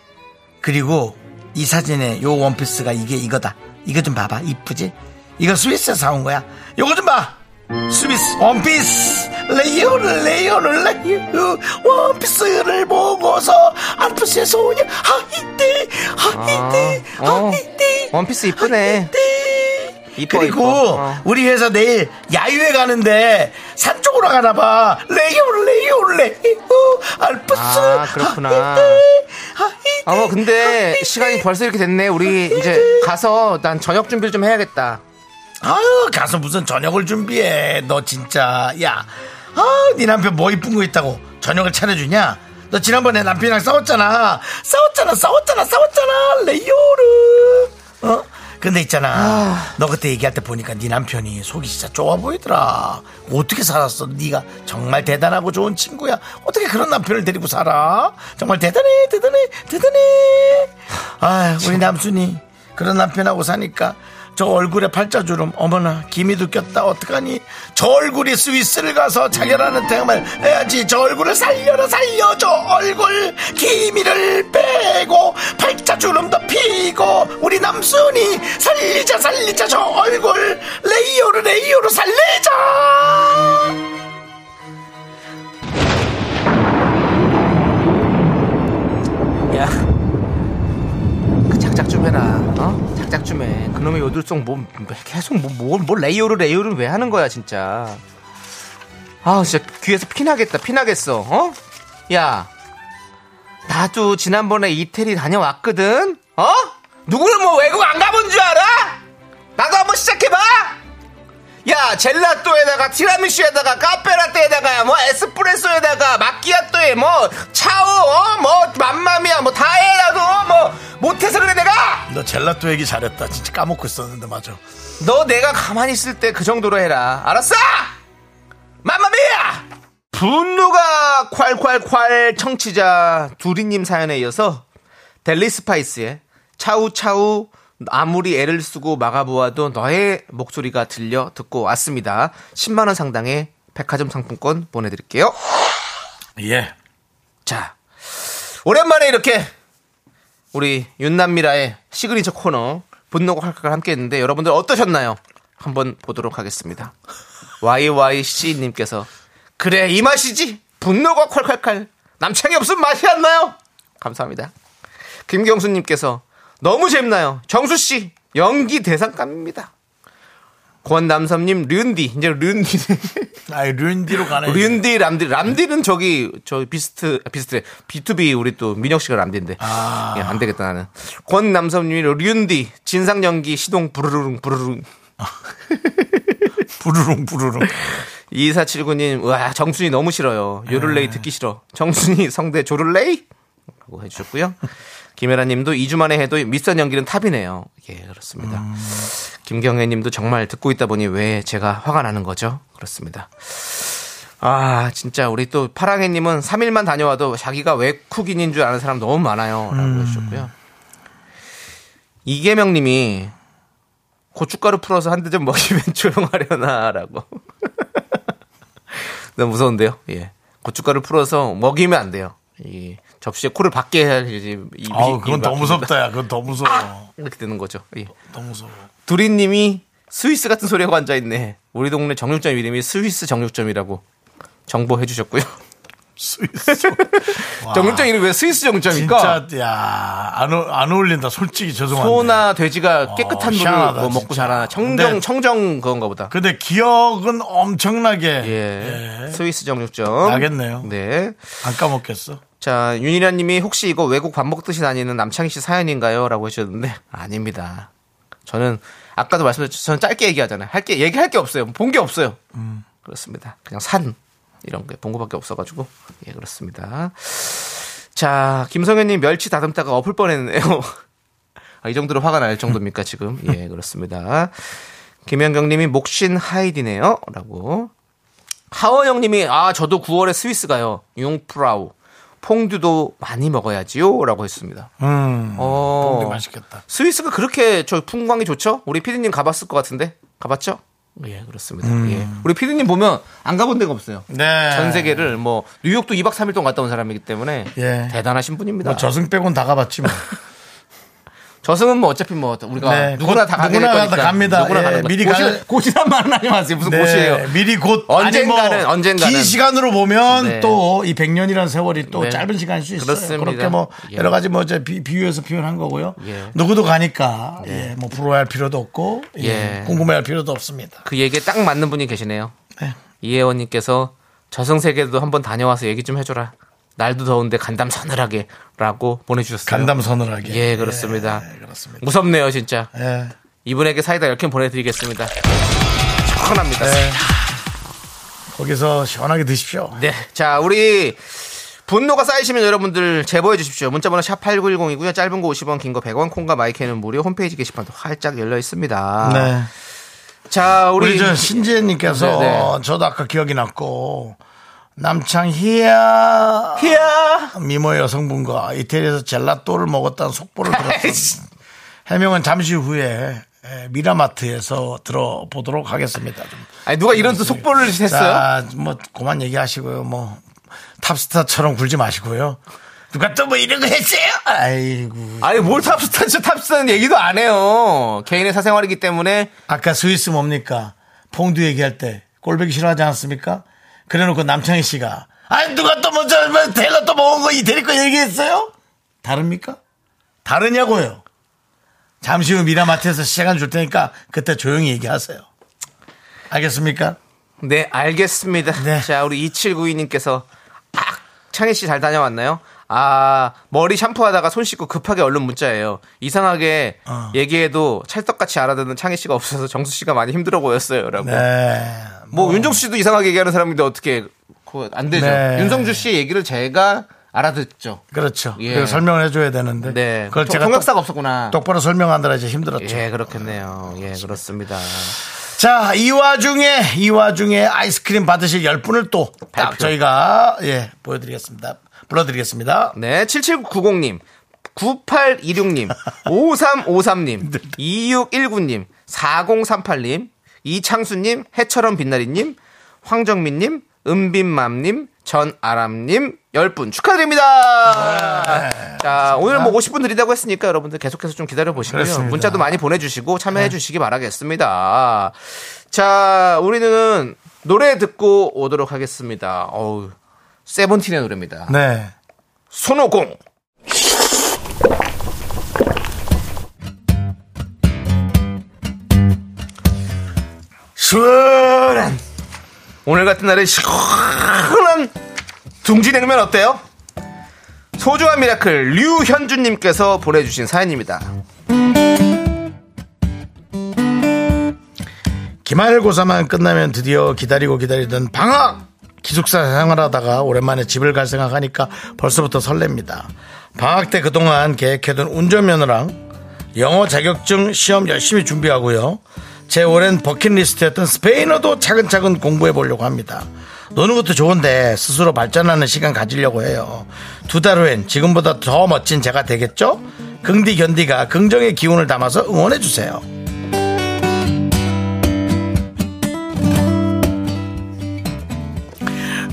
그리고 이 사진에 요 원피스가 이게 이거다. 이거 좀 봐봐. 이쁘지? 이거 스위스에서 사온 거야. 요거 좀 봐. 스위스 원피스 레이어를 레이어를 레이어 원피스를 보고서 알프스에서 오냐 하이띠 하이띠
아, 어.
하이띠
원피스 이쁘네.
아, 하이띠
이뻐,
그리고
이뻐. 어.
우리 회사 내일 야유회 가는데 산 쪽으로 가나 봐. 레이올레이올레이오 알프스.
아, 그렇구나.
하이데, 하이데,
어머 근데 시간이 벌써 이렇게 됐네. 우리 이제 가서 난 저녁 준비를 좀 해야겠다.
아유 가서 무슨 저녁을 준비해 너 진짜 야아네 남편 뭐 이쁜 거 있다고 저녁을 차려주냐 너 지난번에 남편이랑 싸웠잖아 싸웠잖아 싸웠잖아 싸웠잖아 레이오르 어 근데 있잖아 너 그때 얘기할 때 보니까 네 남편이 속이 진짜 좁아 보이더라 어떻게 살았어 네가 정말 대단하고 좋은 친구야 어떻게 그런 남편을 데리고 살아 정말 대단해 대단해 대단해 아 우리 남순이 그런 남편하고 사니까 저 얼굴에 팔자주름 어머나 기미도 꼈다 어떡하니 저 얼굴이 스위스를 가서 자결하는 태양을 해야지 저 얼굴을 살려라 살려 저 얼굴 기미를 빼고 팔자주름도 피고 우리 남순이 살리자 살리자 저 얼굴 레이오르 레이오르 살리자
야, 그 작작 좀 해라. 어? 작작 좀 해. 그놈의 요들송 뭐 계속 뭐뭘뭘 레이오르 레이오르 왜 하는 거야 진짜. 아 진짜 귀에서 피나겠다 피나겠어. 어? 야, 나도 지난번에 이태리 다녀왔거든. 어? 누구를 뭐 외국 안 가본 줄 알아? 나도 한번 시작해봐. 야 젤라또에다가 티라미수에다가 카페라떼에다가 뭐 에스프레소에다가 마끼아또에 뭐 차오 어? 뭐 맘마미야 뭐 다 해 나도 뭐 못해서 그래 내가
너 젤라또 얘기 잘했다 진짜 까먹고 있었는데 맞아
너 내가 가만히 있을 때 그 정도로 해라 알았어 맘마미야 분노가 콸콸콸 청취자 두리님 사연에 이어서 델리 스파이스의 차우차우 아무리 애를 쓰고 막아보아도 너의 목소리가 들려 듣고 왔습니다. 10만원 상당의 백화점 상품권 보내드릴게요.
예
자, 오랜만에 이렇게 우리 윤남미라의 시그니처 코너 분노가 칼칼 함께 했는데 여러분들 어떠셨나요? 한번 보도록 하겠습니다. YYC님께서 그래 이 맛이지 분노가 콸콸콸 남창이 없으면 맛이 안 나요. 감사합니다. 김경수님께서 너무 재밌나요? 정수 씨 연기 대상감입니다. 권남섭님 륜디 이제 륜디
아이 륜디로 가네
린디 람디 람디는 저기 저 비스트 아, 비스트래 B2B 우리 또 민혁 씨가 람디인데 예, 안 되겠다 나는 권남섭님이 린디 진상 연기 시동 부르릉 부르릉
부르릉 부르릉
2479님 와 정순이 너무 싫어요 요를레이 듣기 싫어 정순이 성대 조를레이 라고 해주셨고요 김혜라님도 2주 만에 해도 미스터 연기는 탑이네요 예 그렇습니다 김경혜님도 정말 듣고 있다 보니 왜 제가 화가 나는 거죠 그렇습니다 아, 진짜 우리 또 파랑해님은 3일만 다녀와도 자기가 외국인인 줄 아는 사람 너무 많아요. 라고
음.
해주셨고요. 이계명님이 고춧가루 풀어서 한 대 좀 먹이면 조용하려나 라고. 너무 무서운데요. 예. 고춧가루 풀어서 먹이면 안 돼요. 이 접시에 코를 밖에 해야지. 입이-
아우 그건
입이
더
막힙니다.
무섭다 야 그건 더 무서워
이렇게 되는 거죠. 예.
더 무서워
두리님이 스위스 같은 소리하고 앉아있네. 우리 동네 정육점 이름이 스위스 정육점이라고 정보해 주셨고요.
스위스 와.
정육점 이름이 왜 스위스 정육점입니까?
진짜 야안 안 어울린다 솔직히 죄송한데
소나 돼지가 깨끗한 물을
희한하다,
뭐 먹고
진짜.
자라 청정
근데-
청정 그건가 보다.
근데 기억은 엄청나게
예.
그, 예.
스위스 정육점.
나겠네요.
네.
안 까먹겠어
자, 윤희란 님이 혹시 이거 외국 밥 먹듯이 다니는 남창희 씨 사연인가요? 라고 하셨는데 아닙니다. 저는 아까도 말씀드렸죠. 저는 짧게 얘기하잖아요. 할 게 얘기할 게 없어요. 본 게 없어요. 그렇습니다. 그냥 산 이런 게 본 거밖에 없어 가지고. 예, 그렇습니다. 자, 김성현 님 멸치 다듬다가 엎을 뻔했네요. 아, 이 정도로 화가 날 정도입니까, 지금? 예, 그렇습니다. 김현경 님이 목신 하이디네요. 라고 하원영 님이 아 저도 9월에 스위스 가요. 융프라우. 퐁듀도 많이 먹어야지요. 라고 했습니다.
음
어,
근데 맛있겠다
스위스가 그렇게 저 풍광이 좋죠? 우리 피디님 가봤을 것 같은데 가봤죠? 예 그렇습니다. 예. 우리 피디님 보면 안 가본 데가 없어요.
음. 네.
전 세계를 뭐 뉴욕도 2박 3일 동안 갔다 온 사람이기 때문에
예.
대단하신 분입니다.
뭐 저승 빼곤 다 가봤지 뭐
저승은 뭐 어차피 뭐 우리가
네,
누구나
곧
다 가게
누구나
될
다
거니까
갑니다.
누구나
예,
가는 거니까.
미리
고시-
가는-
고시란 말은 하지 마세요. 무슨
네,
고시예요?
미리 곧
언젠가는,
아니 뭐
언젠가는.
긴 시간으로 보면
네.
또 이 100년이라는 세월이 또
네.
짧은 시간일 수 있어요.
그렇습니다.
그렇게 뭐
예.
여러 가지 뭐 이제 비, 비유해서 표현한 거고요.
예.
누구도 가니까 예, 뭐 부러워할 필요도 없고 예,
예.
궁금해할 필요도 없습니다. 네.
그 얘기에 딱 맞는 분이 계시네요. 이혜원님께서 저승 세계도 한번 다녀와서 얘기 좀 해줘라. 날도 더운데 간담 서늘하게라고 보내주셨어요.
간담 서늘하게.
예 그렇습니다.
예, 그렇습니다.
무섭네요 진짜.
예.
이분에게 사이다 10캔 보내드리겠습니다. 네. 시원합니다.
예. 거기서 시원하게 드십시오.
네. 자, 우리 분노가 쌓이시면 여러분들 제보해 주십시오. 문자번호 샵8910이고요. 짧은 거 50원, 긴 거 100원, 콩과 마이크는 무료 홈페이지 게시판도 활짝 열려 있습니다.
네.
자, 우리,
우리 저 신지혜님께서
네, 네.
저도 아까 기억이 났고 남창 희야
피아!
미모 여성분과 이태리에서 젤라또를 먹었다는 속보를 들었습니다. 해명은 잠시 후에 에, 미라마트에서 들어보도록 하겠습니다. 좀. 음,
아니, 누가 이런 또 속보를 했어요?
자, 뭐 그만 얘기하시고요. 뭐 탑스타처럼 굴지 마시고요. 누가 또 뭐 이런 거 했어요? 아이고.
아니, 뭘 탑스타, 저 탑스타는 얘기도 안 해요. 개인의 사생활이기 때문에.
아까 스위스 뭡니까? 퐁듀 얘기할 때 꼴보기 싫어하지 않았습니까? 그래놓고 남창희 씨가 아니 누가 또 먼저 뭐 대가 또 먹은 거 이태리 거 얘기했어요? 다릅니까? 다르냐고요. 잠시 후 미라마트에서 시간 줄 테니까 그때 조용히 얘기하세요. 알겠습니까?
네, 알겠습니다.
네.
자, 우리 2792님께서 아, 창희 씨 잘 다녀왔나요? 아, 머리 샴푸하다가 손 씻고 급하게 얼른 문자예요. 이상하게
어.
얘기해도 찰떡같이 알아듣는 창희 씨가 없어서 정수 씨가 많이 힘들어 보였어요라고.
네.
뭐 윤정 씨도 이상하게 얘기하는 사람인데 어떻게 그거 안 되죠.
네.
윤성주 씨의 얘기를 제가 알아듣죠.
그렇죠.
예.
그래서 설명을 해줘야 되는데.
네.
그걸
통-
제가
통역사가 없었구나.
똑, 바로 설명하느라 이제 힘들었죠.
예, 그렇겠네요. 예, 그렇습니다.
자, 이 와중에, 이 와중에 아이스크림 받으실 열 분을 또 딱
발표.
저희가, 예, 보여드리겠습니다. 불러드리겠습니다.
네, 7790님, 9826님, 5353님, 2619님, 4038님, 이창수님, 해처럼 빛나리님, 황정민님, 은빈맘님, 전아람님 10분
네.
축하드립니다. 자, 오늘 뭐 50분 드리다고 했으니까 여러분들 계속해서 좀 기다려 보시고요.
그렇습니다. 네.
문자도 많이 보내주시고 참여해 주시기 바라겠습니다. 자, 우리는 노래 듣고 오도록 하겠습니다. 어우, 세븐틴의 노래입니다.
네.
손오공. 시원한 오늘 같은 날에 시원한 둥지냉면 어때요? 소중한 미라클 류현주님께서 보내주신 사연입니다.
기말고사만 끝나면 드디어 기다리고 기다리던 방학! 기숙사 생활하다가 오랜만에 집을 갈 생각하니까 벌써부터 설렙니다. 방학 때 그동안 계획해둔 운전면허랑 영어 자격증 시험 열심히 준비하고요. 제 오랜 버킷리스트였던 스페인어도 차근차근 공부해 보려고 합니다. 노는 것도 좋은데 스스로 발전하는 시간 가지려고 해요. 두 달 후엔 지금보다 더 멋진 제가 되겠죠? 긍디 견디가 긍정의 기운을 담아서 응원해 주세요.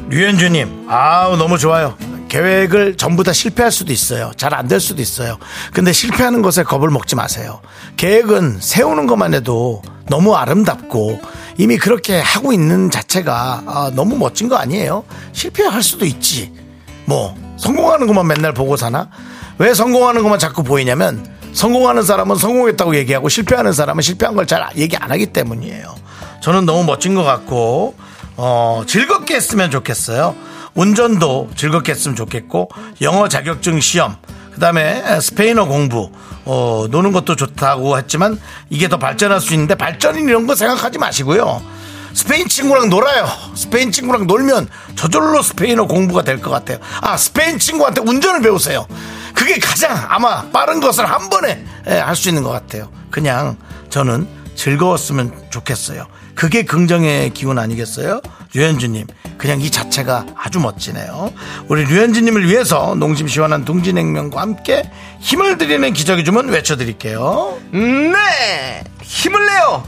류현주님, 아우, 너무 좋아요. 계획을 전부 다 실패할 수도 있어요. 잘 안 될 수도 있어요. 근데 실패하는 것에 겁을 먹지 마세요. 계획은 세우는 것만 해도 너무 아름답고 이미 그렇게 하고 있는 자체가 아, 너무 멋진 거 아니에요? 실패할 수도 있지. 뭐, 성공하는 것만 맨날 보고 사나? 왜 성공하는 것만 자꾸 보이냐면 성공하는 사람은 성공했다고 얘기하고 실패하는 사람은 실패한 걸 잘 얘기 안 하기 때문이에요. 저는 너무 멋진 것 같고 어, 즐겁게 했으면 좋겠어요. 운전도 즐겁게 했으면 좋겠고 영어 자격증 시험 그다음에 스페인어 공부 어, 노는 것도 좋다고 했지만 이게 더 발전할 수 있는데 발전인 이런 거 생각하지 마시고요. 스페인 친구랑 놀아요. 스페인 친구랑 놀면 저절로 스페인어 공부가 될 것 같아요. 아 스페인 친구한테 운전을 배우세요. 그게 가장 아마 빠른 것을 한 번에 예, 할 수 있는 것 같아요. 그냥 저는 즐거웠으면 좋겠어요. 그게 긍정의 기운 아니겠어요? 류현주님, 그냥 이 자체가 아주 멋지네요. 우리 류현주님을 위해서 농심 시원한 동진냉면과 함께 힘을 드리는 기적의 주문 외쳐드릴게요.
네! 힘을 내요!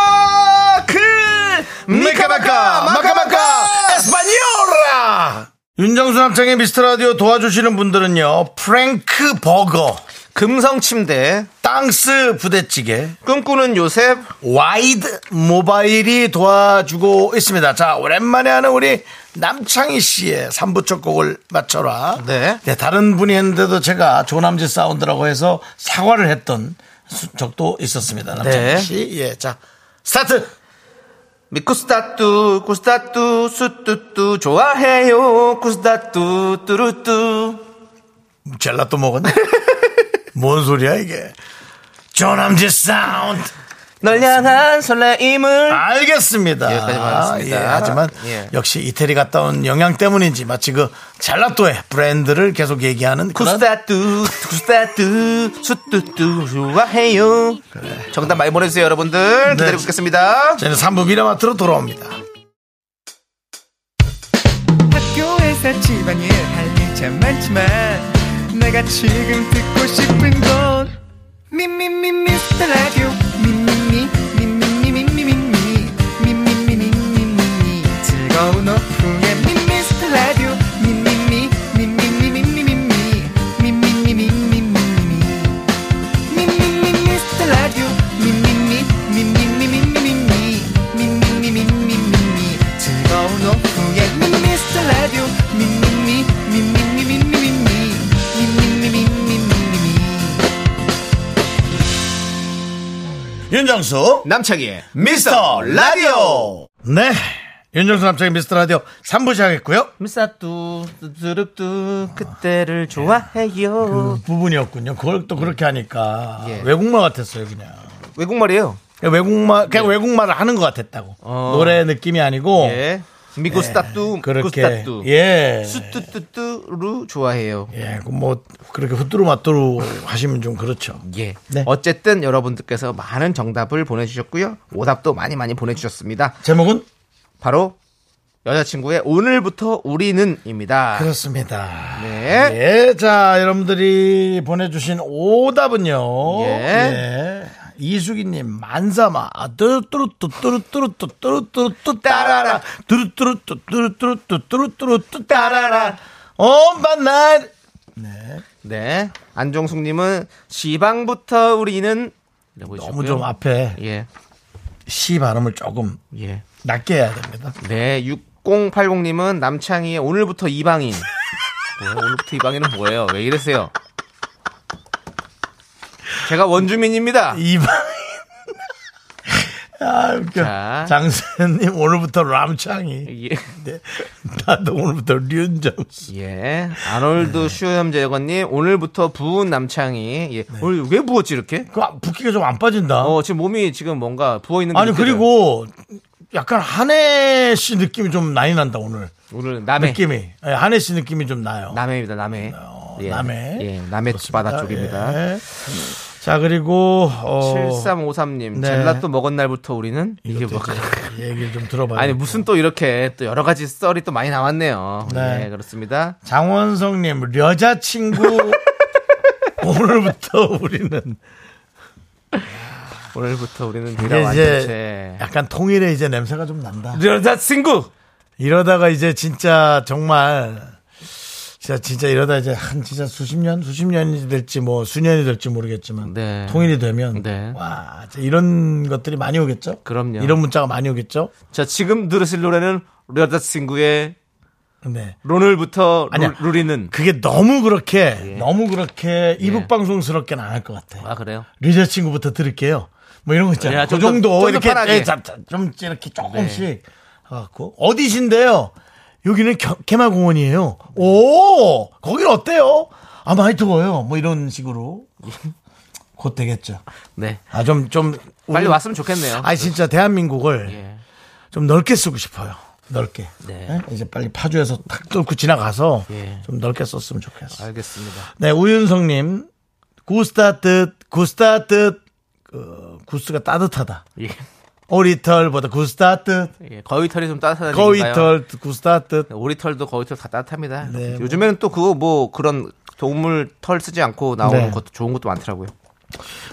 미라클! 미카마카! 마카마카!
에스파니오라! 윤정수 남창의 미스터 라디오 도와주시는 분들은요, 프랭크 버거,
금성 침대,
땅스 부대찌개,
꿈꾸는 요셉,
와이드 모바일이 도와주고 있습니다. 자, 오랜만에 하는 우리 남창희 씨의 3부 첫 곡을 맞춰라.
네.
다른 분이 했는데도 제가 조남지 사운드라고 해서 사과를 했던 수- 적도 있었습니다. 남창희
네.
씨. 예, 자, 스타트!
미쿠스타뚜 쿠스타뚜 수뚜뚜 좋아해요 쿠스타뚜 뚜루뚜
젤라또 먹었네. 뭔 소리야 이게? 조남지 사운드.
널 향한 설레임을
알겠습니다.
여기까지만
예,
하겠습니다.
하지만
예.
역시 이태리 갔다 온 영향 때문인지 마치 그 젤라또의 브랜드를 계속 얘기하는 그런
쿠스타뚜 쿠스타뚜 수뚜뚜 좋아해요 정답 많이 보내주세요 여러분들 기다리고
네.
있겠습니다
저는 3부 미라마트로 돌아옵니다.
학교에서 집안일 할 일 참 많지만 내가 지금 듣고 싶은 건 미미미 미스터 라디오 미미미 미미미 미미미 미미미 미미미 즐거운 오후에 미스터 라디오 미미미 미미미 미미미 미미미 미미미 미미미 미스터 라디오 미미미 미미미 미미미 미미미 미미미 즐거운 오후에 미스터 라디오 미미미 미미미 미미미 미미미 미미미
윤정수
남창희의 미스터 라디오
네. 윤정수 남창의 미스터 라디오 3부 시작했고요.
미스타뚜 뚜루뚜 그때를 좋아해요
그 부분이었군요. 그걸 또 그렇게 하니까
예.
외국말 같았어요, 그냥.
외국말이에요
그냥 외국말 그냥 외국말을 하는 것 같았다고.
예. 어.
노래 느낌이 아니고
예 미쿠스타뚜
그렇게
쿠스타뚜
예.
수뚜뚜뚜루 좋아해요
예, 그뭐 그렇게 후뚜루 맞뚜루 하시면 좀 그렇죠.
예.
네.
어쨌든 여러분들께서 많은 정답을 보내주셨고요. 오답도 많이 많이 보내주셨습니다.
제목은
바로 여자친구의 오늘부터 우리는입니다.
그렇습니다.
네.
예, 자, 여러분들이 보내주신 오답은요.
예.
예. 이수기님, 만사마, 아, 뚜루뚜루뚜, 뚜루뚜루뚜, 뚜루뚜루뚜, 따라라, 뚜루뚜루뚜, 뚜루뚜루뚜, 뚜루뚜루뚜, 따라라, 어, 엄마 날.
네. 안종숙님은 시방부터 우리는 이라고
너무
해주셨고요.
좀 앞에
예.
시 발음을 조금
예.
낮게 해야 됩니다.
네. 6080님은 남창희의 오늘부터 이방인. 뭐야, 오늘부터 이방인은 뭐예요? 왜 이러세요? 제가 원주민입니다.
이방. 아, 웃겨.
자.
장세님, 오늘부터 람창이.
예.
네. 나도 오늘부터 류은정수.
예.
네.
아놀드 슈염 제거님, 오늘부터 부은 남창이.
네.
예. 오늘 왜 부었지, 이렇게?
그 붓기가 좀 안 빠진다.
어, 지금 몸이 지금 뭔가 부어있는 게
아니
느껴져요.
그리고 약간 한혜 씨 느낌이 좀 많이 난다 오늘
오늘 남해.
느낌이 예, 한혜 씨 느낌이 좀 나요.
남해입니다, 남해. 예.
어, 남해.
예, 남해 바다 쪽입니다.
예. 자 그리고 어,
7353님,
네.
젤라또 먹은 날부터 우리는 이게 뭐
얘기를 좀 들어봐요.
아니 무슨 또 이렇게 또 여러 가지 썰이 또 많이 나왔네요.
네.
네, 그렇습니다.
장원성님 여자친구 오늘부터 우리는
오늘부터 우리는
이게
비라
이제
완전체
약간 통일의 이제 냄새가 좀 난다.
여자친구.
이러다가 이제 진짜 정말 진짜 진짜 이러다 이제 한 진짜 수십 년 수십 년이 될지 뭐 수년이 될지 모르겠지만
네.
통일이 되면
네.
와 진짜 이런 것들이 많이 오겠죠.
그럼요.
이런 문자가 많이 오겠죠.
자, 지금 들으실 노래는 여자친구의
네.
오늘부터
아니야.
룰- 루리는
그게 너무 그렇게 너무 그렇게 이북 방송스럽게는 안 할 것 같아.
예. 아 그래요?
리자 친구부터 들을게요. 뭐 이런 거 있잖아요.
야,
그
네, 좀 더-
정도
좀더
이렇게
편하게. 네.
예, 자, 자, 좀 이렇게 조금씩 갖고 어디신데요? 여기는 겨- 개마공원이에요. 오, 거긴 어때요? 아 많이 더워요. 뭐 이런 식으로 곧 되겠죠.
네.
아 좀 좀
빨리 왔으면 좋겠네요.
아 진짜 대한민국을
예.
좀 넓게 쓰고 싶어요. 넓게.
네.
예? 이제 빨리 파주에서 탁 뚫고 지나가서
예.
좀 넓게 썼으면 좋겠어요.
알겠습니다.
네, 우윤성님. 구스타 뜻, 구스타 뜻. 그, 구스가 따뜻하다.
예.
오리털보다 구스타 뜻.
예. 거위털이 좀 따뜻하니까요.
거위털, 구스타 뜻.
그러니까 오리털도 거위털 다 따뜻합니다.
네, 뭐.
요즘에는 또 그거 뭐 그런 동물 털 쓰지 않고 나오는
네.
것도 좋은 것도 많더라고요.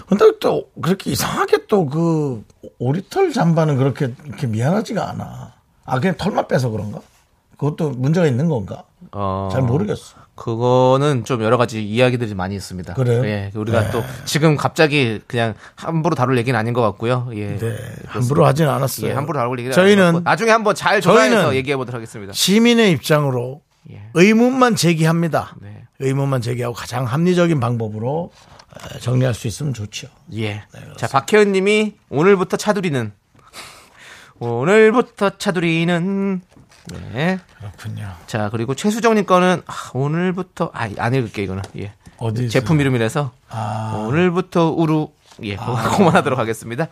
근데 또 그렇게 이상하게 또 그 오리털 잠바는 그렇게 이렇게 미안하지가 않아. 아, 그냥 털만 빼서 그런가? 그것도 문제가 있는 건가?
어.
잘 모르겠어.
그거는 좀 여러 가지 이야기들이 많이 있습니다.
그래요? 네.
예, 우리가 또 지금 갑자기 그냥 함부로 다룰 얘기는 아닌 것 같고요. 예.
네, 함부로 하진 않았어요.
예, 함부로 다룰 얘기는 아닌 것
저희는
같고. 나중에 한번 잘 조사해서
저희는
얘기해 보도록 하겠습니다.
시민의 입장으로
예.
의문만 제기합니다.
네.
의문만 제기하고 가장 합리적인 방법으로 에, 정리할 수 있으면 좋죠.
예. 자, 박혜은 님이 오늘부터 차두리는 오늘부터 차두리는 네.
그렇군요.
자 그리고 최수정님 거는 아, 오늘부터 아, 안 읽을게 이거는 예.
어디서?
제품 이름이라서
아.
오늘부터 우루 예 그거 그만하도록 하겠습니다.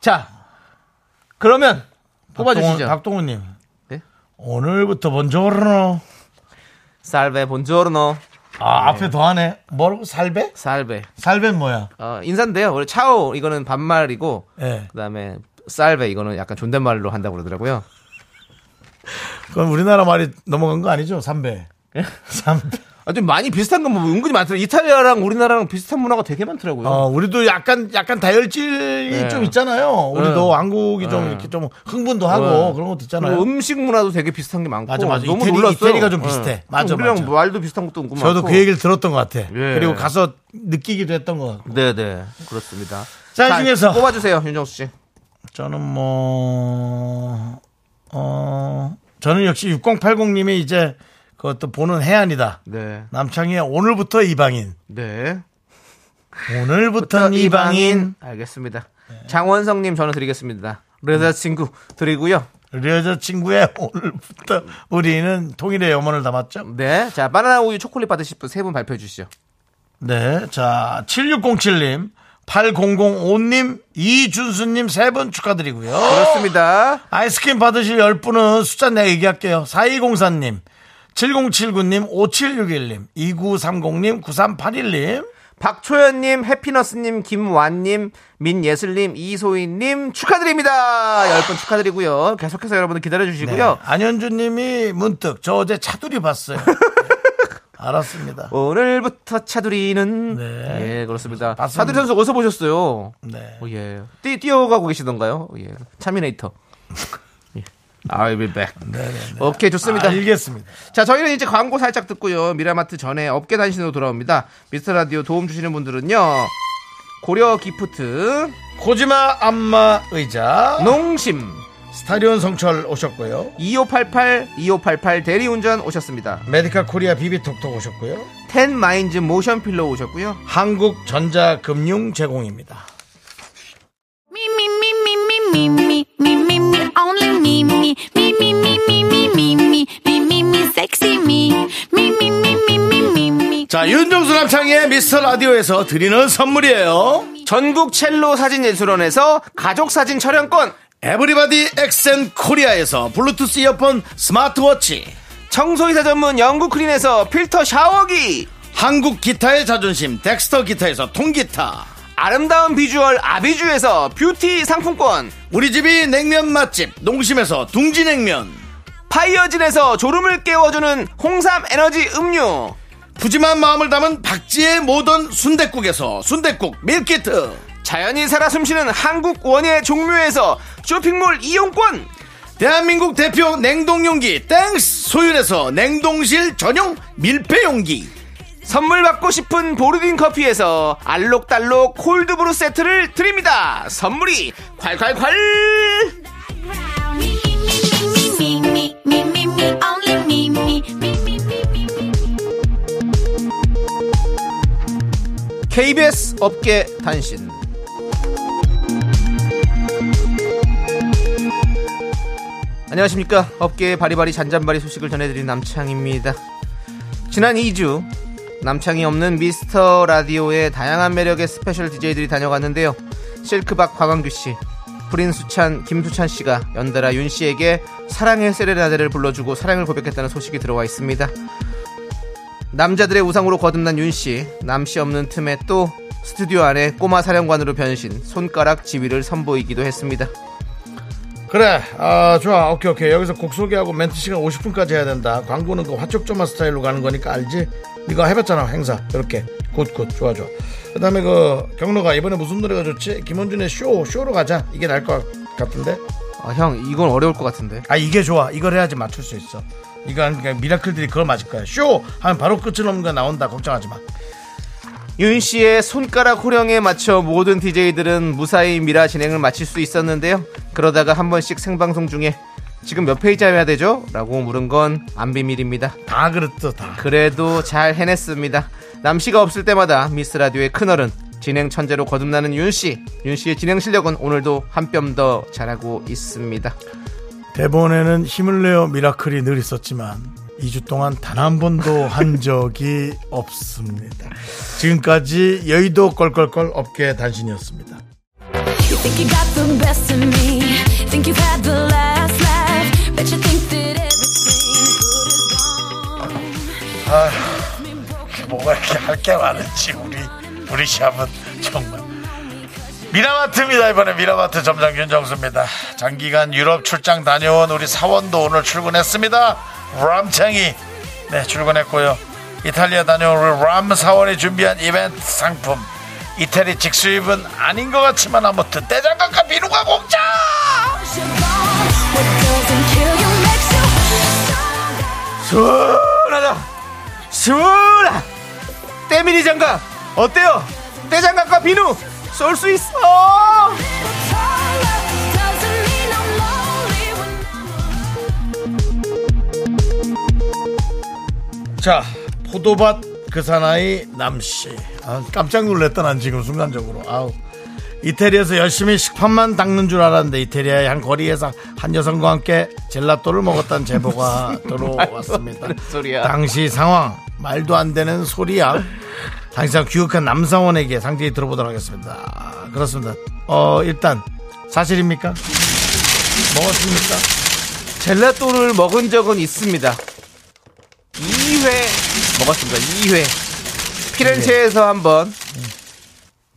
자 그러면 뽑아주시죠.
박동훈 님.
네?
오늘부터 본조르노.
살베 본조르노
아, 앞에 더 하네. 뭐라고? 살베?
살베
살베 뭐야?
어, 인사인데요. 원래 차오 이거는 반말이고
예.
그다음에 살베 이거는 약간 존댓말로 한다고 그러더라고요.
그럼 우리나라 말이 넘어간 거 아니죠? 삼배. 삼배.
아, 좀 많이 비슷한 건뭐 은근히 많더라고요. 이탈리아랑 우리나라랑 비슷한 문화가 되게 많더라고요.
어, 우리도 약간 약간 다혈질이
네.
좀 있잖아요. 우리도
네.
한국이 좀 이렇게 좀 흥분도 하고
네.
그런 것도
그리고
있잖아요.
음식 문화도 되게 비슷한 게 많고
맞아, 맞아.
너무
이태리-
놀랐어요.
이태리가 좀
예.
비슷해. 맞아,
우리랑
맞아.
말도 비슷한 것도 있고
저도
많고.
그 얘기를 들었던 것 같아.
예.
그리고 가서 느끼기도 했던 것 같고.
네네 그렇습니다.
자, 이 중에서.
뽑아주세요 윤정수 씨.
저는 뭐, 어, 저는 역시 6080님이 이제 그것도 보는 해안이다.
네
남창희의 오늘부터 이방인.
네.
오늘부터 이방인. 네.
알겠습니다. 장원성님 저는 드리겠습니다. 여자친구 드리고요.
우리 여자친구의 오늘부터 우리는 통일의 염원을 담았죠.
네. 자, 바나나 우유 초콜릿 받으실 분 세 분 발표해 주시죠.
네. 자, 7607님, 8005님, 이준수님 세 분 축하드리고요.
그렇습니다.
아이스크림 받으실 10분은 숫자 내가 얘기할게요. 4204님, 7079님, 5761님, 2930님, 9381님.
박초연님, 해피너스님, 김완님, 민예슬님, 이소희님 축하드립니다. 열 분 축하드리고요. 계속해서 여러분들 기다려 주시고요.
안현주 님이 문득 저 어제 차두리 봤어요. 네, 알았습니다.
오늘부터 차두리는
네.
예 그렇습니다.
봤습니다.
차두리 선수 어디서 보셨어요?
네.
오, 예. 뛰, 뛰어가고 계시던가요? 예. 차미네이터. 예. I'll be back.
네,
오케이
아,
좋습니다.
알겠습니다.
자, 저희는 이제 광고 살짝 듣고요. 미라마트 전에 업계 단신으로 돌아옵니다. 미스터 라디오 도움 주시는 분들은요. 고려 기프트,
코지마 안마 의자,
농심,
스타리온 성철 오셨고요.
2588, 2588 대리운전 오셨습니다.
메디카 코리아 비비톡톡 오셨고요.
텐 마인즈 모션 필러 오셨고요.
한국전자금융 제공입니다.
Me, me, me, me, me, me, me, me, me, me, only me, me, me, me, me, me, me, me, me, me, me, me, sexy me, me, me, me, me, me, me, me.
자, 윤종수 남창의 미스터 라디오에서 드리는 선물이에요.
전국 첼로 사진 예술원에서 가족 사진 촬영권,
에브리바디 엑센 코리아에서 블루투스 이어폰 스마트워치.
청소이사 전문 영국 크린에서 필터 샤워기,
한국 기타의 자존심 덱스터 기타에서 통기타.
아름다운 비주얼 아비주에서 뷰티 상품권,
우리 집이 냉면 맛집 농심에서 둥지냉면
파이어진에서 졸음을 깨워주는 홍삼 에너지 음료,
푸짐한 마음을 담은 박지의 모던 순댓국에서순댓국 밀키트
자연이 살아 숨쉬는 한국 원예 종묘에서 쇼핑몰 이용권
대한민국 대표 냉동용기 땡스 소윤에서 냉동실 전용 밀폐용기
선물 받고 싶은 보르딘 커피에서 알록달록 콜드브루 세트를 드립니다 선물이 콸콸콸
Me, me, me, me, me, me, me, me, me, only me, me, me, me, me, me, me.
KBS 업계 단신 안녕하십니까 업계의 바리바리 잔잔바리 소식을 전해드린 남창입니다 지난 2주 남창이 없는 미스터 라디오의 다양한 매력의 스페셜 DJ들이 다녀갔는데요. 실크박 박광규 씨, 프린수찬 김수찬 씨가 연달아 윤 씨에게 사랑의 세레나데를 불러주고 사랑을 고백했다는 소식이 들어와 있습니다. 남자들의 우상으로 거듭난 윤 씨, 남 씨 없는 틈에 또 스튜디오 안에 꼬마 사령관으로 변신, 손가락 지위를 선보이기도 했습니다.
그래 아 좋아 오케이 오케이 여기서 곡 소개하고 멘트 시간 50분까지 해야 된다 광고는 그 화촉조마 스타일로 가는 거니까 알지 네가 해봤잖아 행사 이렇게 굿굿 좋아 좋아 그 다음에 그 경로가 이번에 무슨 노래가 좋지 김원준의 쇼 쇼로 가자 이게 나을 것 같은데
아, 형, 이건 어려울 것 같은데.
아 이게 좋아 이걸 해야지 맞출 수 있어 이거 안- 그러니까 미라클들이 그걸 맞을 거야 쇼 하면 바로 끝을 넘는 거 나온다 걱정하지 마
윤 씨의 손가락 호령에 맞춰 모든 DJ들은 무사히 미라 진행을 마칠 수 있었는데요. 그러다가 한 번씩 생방송 중에 지금 몇 페이지 해야 되죠? 라고 물은 건 안 비밀입니다.
다 그랬어 다
그래도 잘 해냈습니다. 남 씨가 없을 때마다 미스 라디오의 큰어른 진행 천재로 거듭나는 윤 씨. 윤 씨의 진행 실력은 오늘도 한 뼘 더 잘하고 있습니다.
대본에는 힘을 내어 미라클이 늘 있었지만 2주 동안 단 한 번도 한 적이 없습니다. 지금까지 여의도 껄껄껄 업계 단신이었습니다.
Think you got the best of me. Think you've had the last laugh. Bet you think that everything good is gone.
뭐가 이렇게 할 게 많은지 우리 우리 샵은 정말 미라마트입니다 이번에 미라마트 점장 윤정수입니다 장기간 유럽 출장 다녀온 우리 사원도 오늘 출근했습니다 람창이 네 출근했고요 이탈리아 다녀온 우리 람 사원이 준비한 이벤트 상품 이태리 직수입은 아닌 것 같지만 아무튼 대장갑과 비누가 공짜
What doesn't kill you makes you
시원하다! 시원하! 때밀이 장갑! 어때요? 때장갑과 비누! 쏠 수 있어!
taller. Doesn't mean I'm lonely when
자 포도밭 그 사나이 남씨 아, 깜짝 놀랐다 난 지금 순간적으로 아우 이태리에서 열심히 식판만 닦는 줄 알았는데 이태리의 한 거리에서 한 여성과 함께 젤라또를 먹었다는 제보가 들어왔습니다
소리야.
당시 상황 말도 안 되는 소리야 당시상 귀국한 그러니까 남사원에게 상세히 들어보도록 하겠습니다 아, 그렇습니다 어 일단 사실입니까? 먹었습니까?
젤라또를 먹은 적은 있습니다. 2회 먹었습니다. 2회. 피렌체에서 한 번.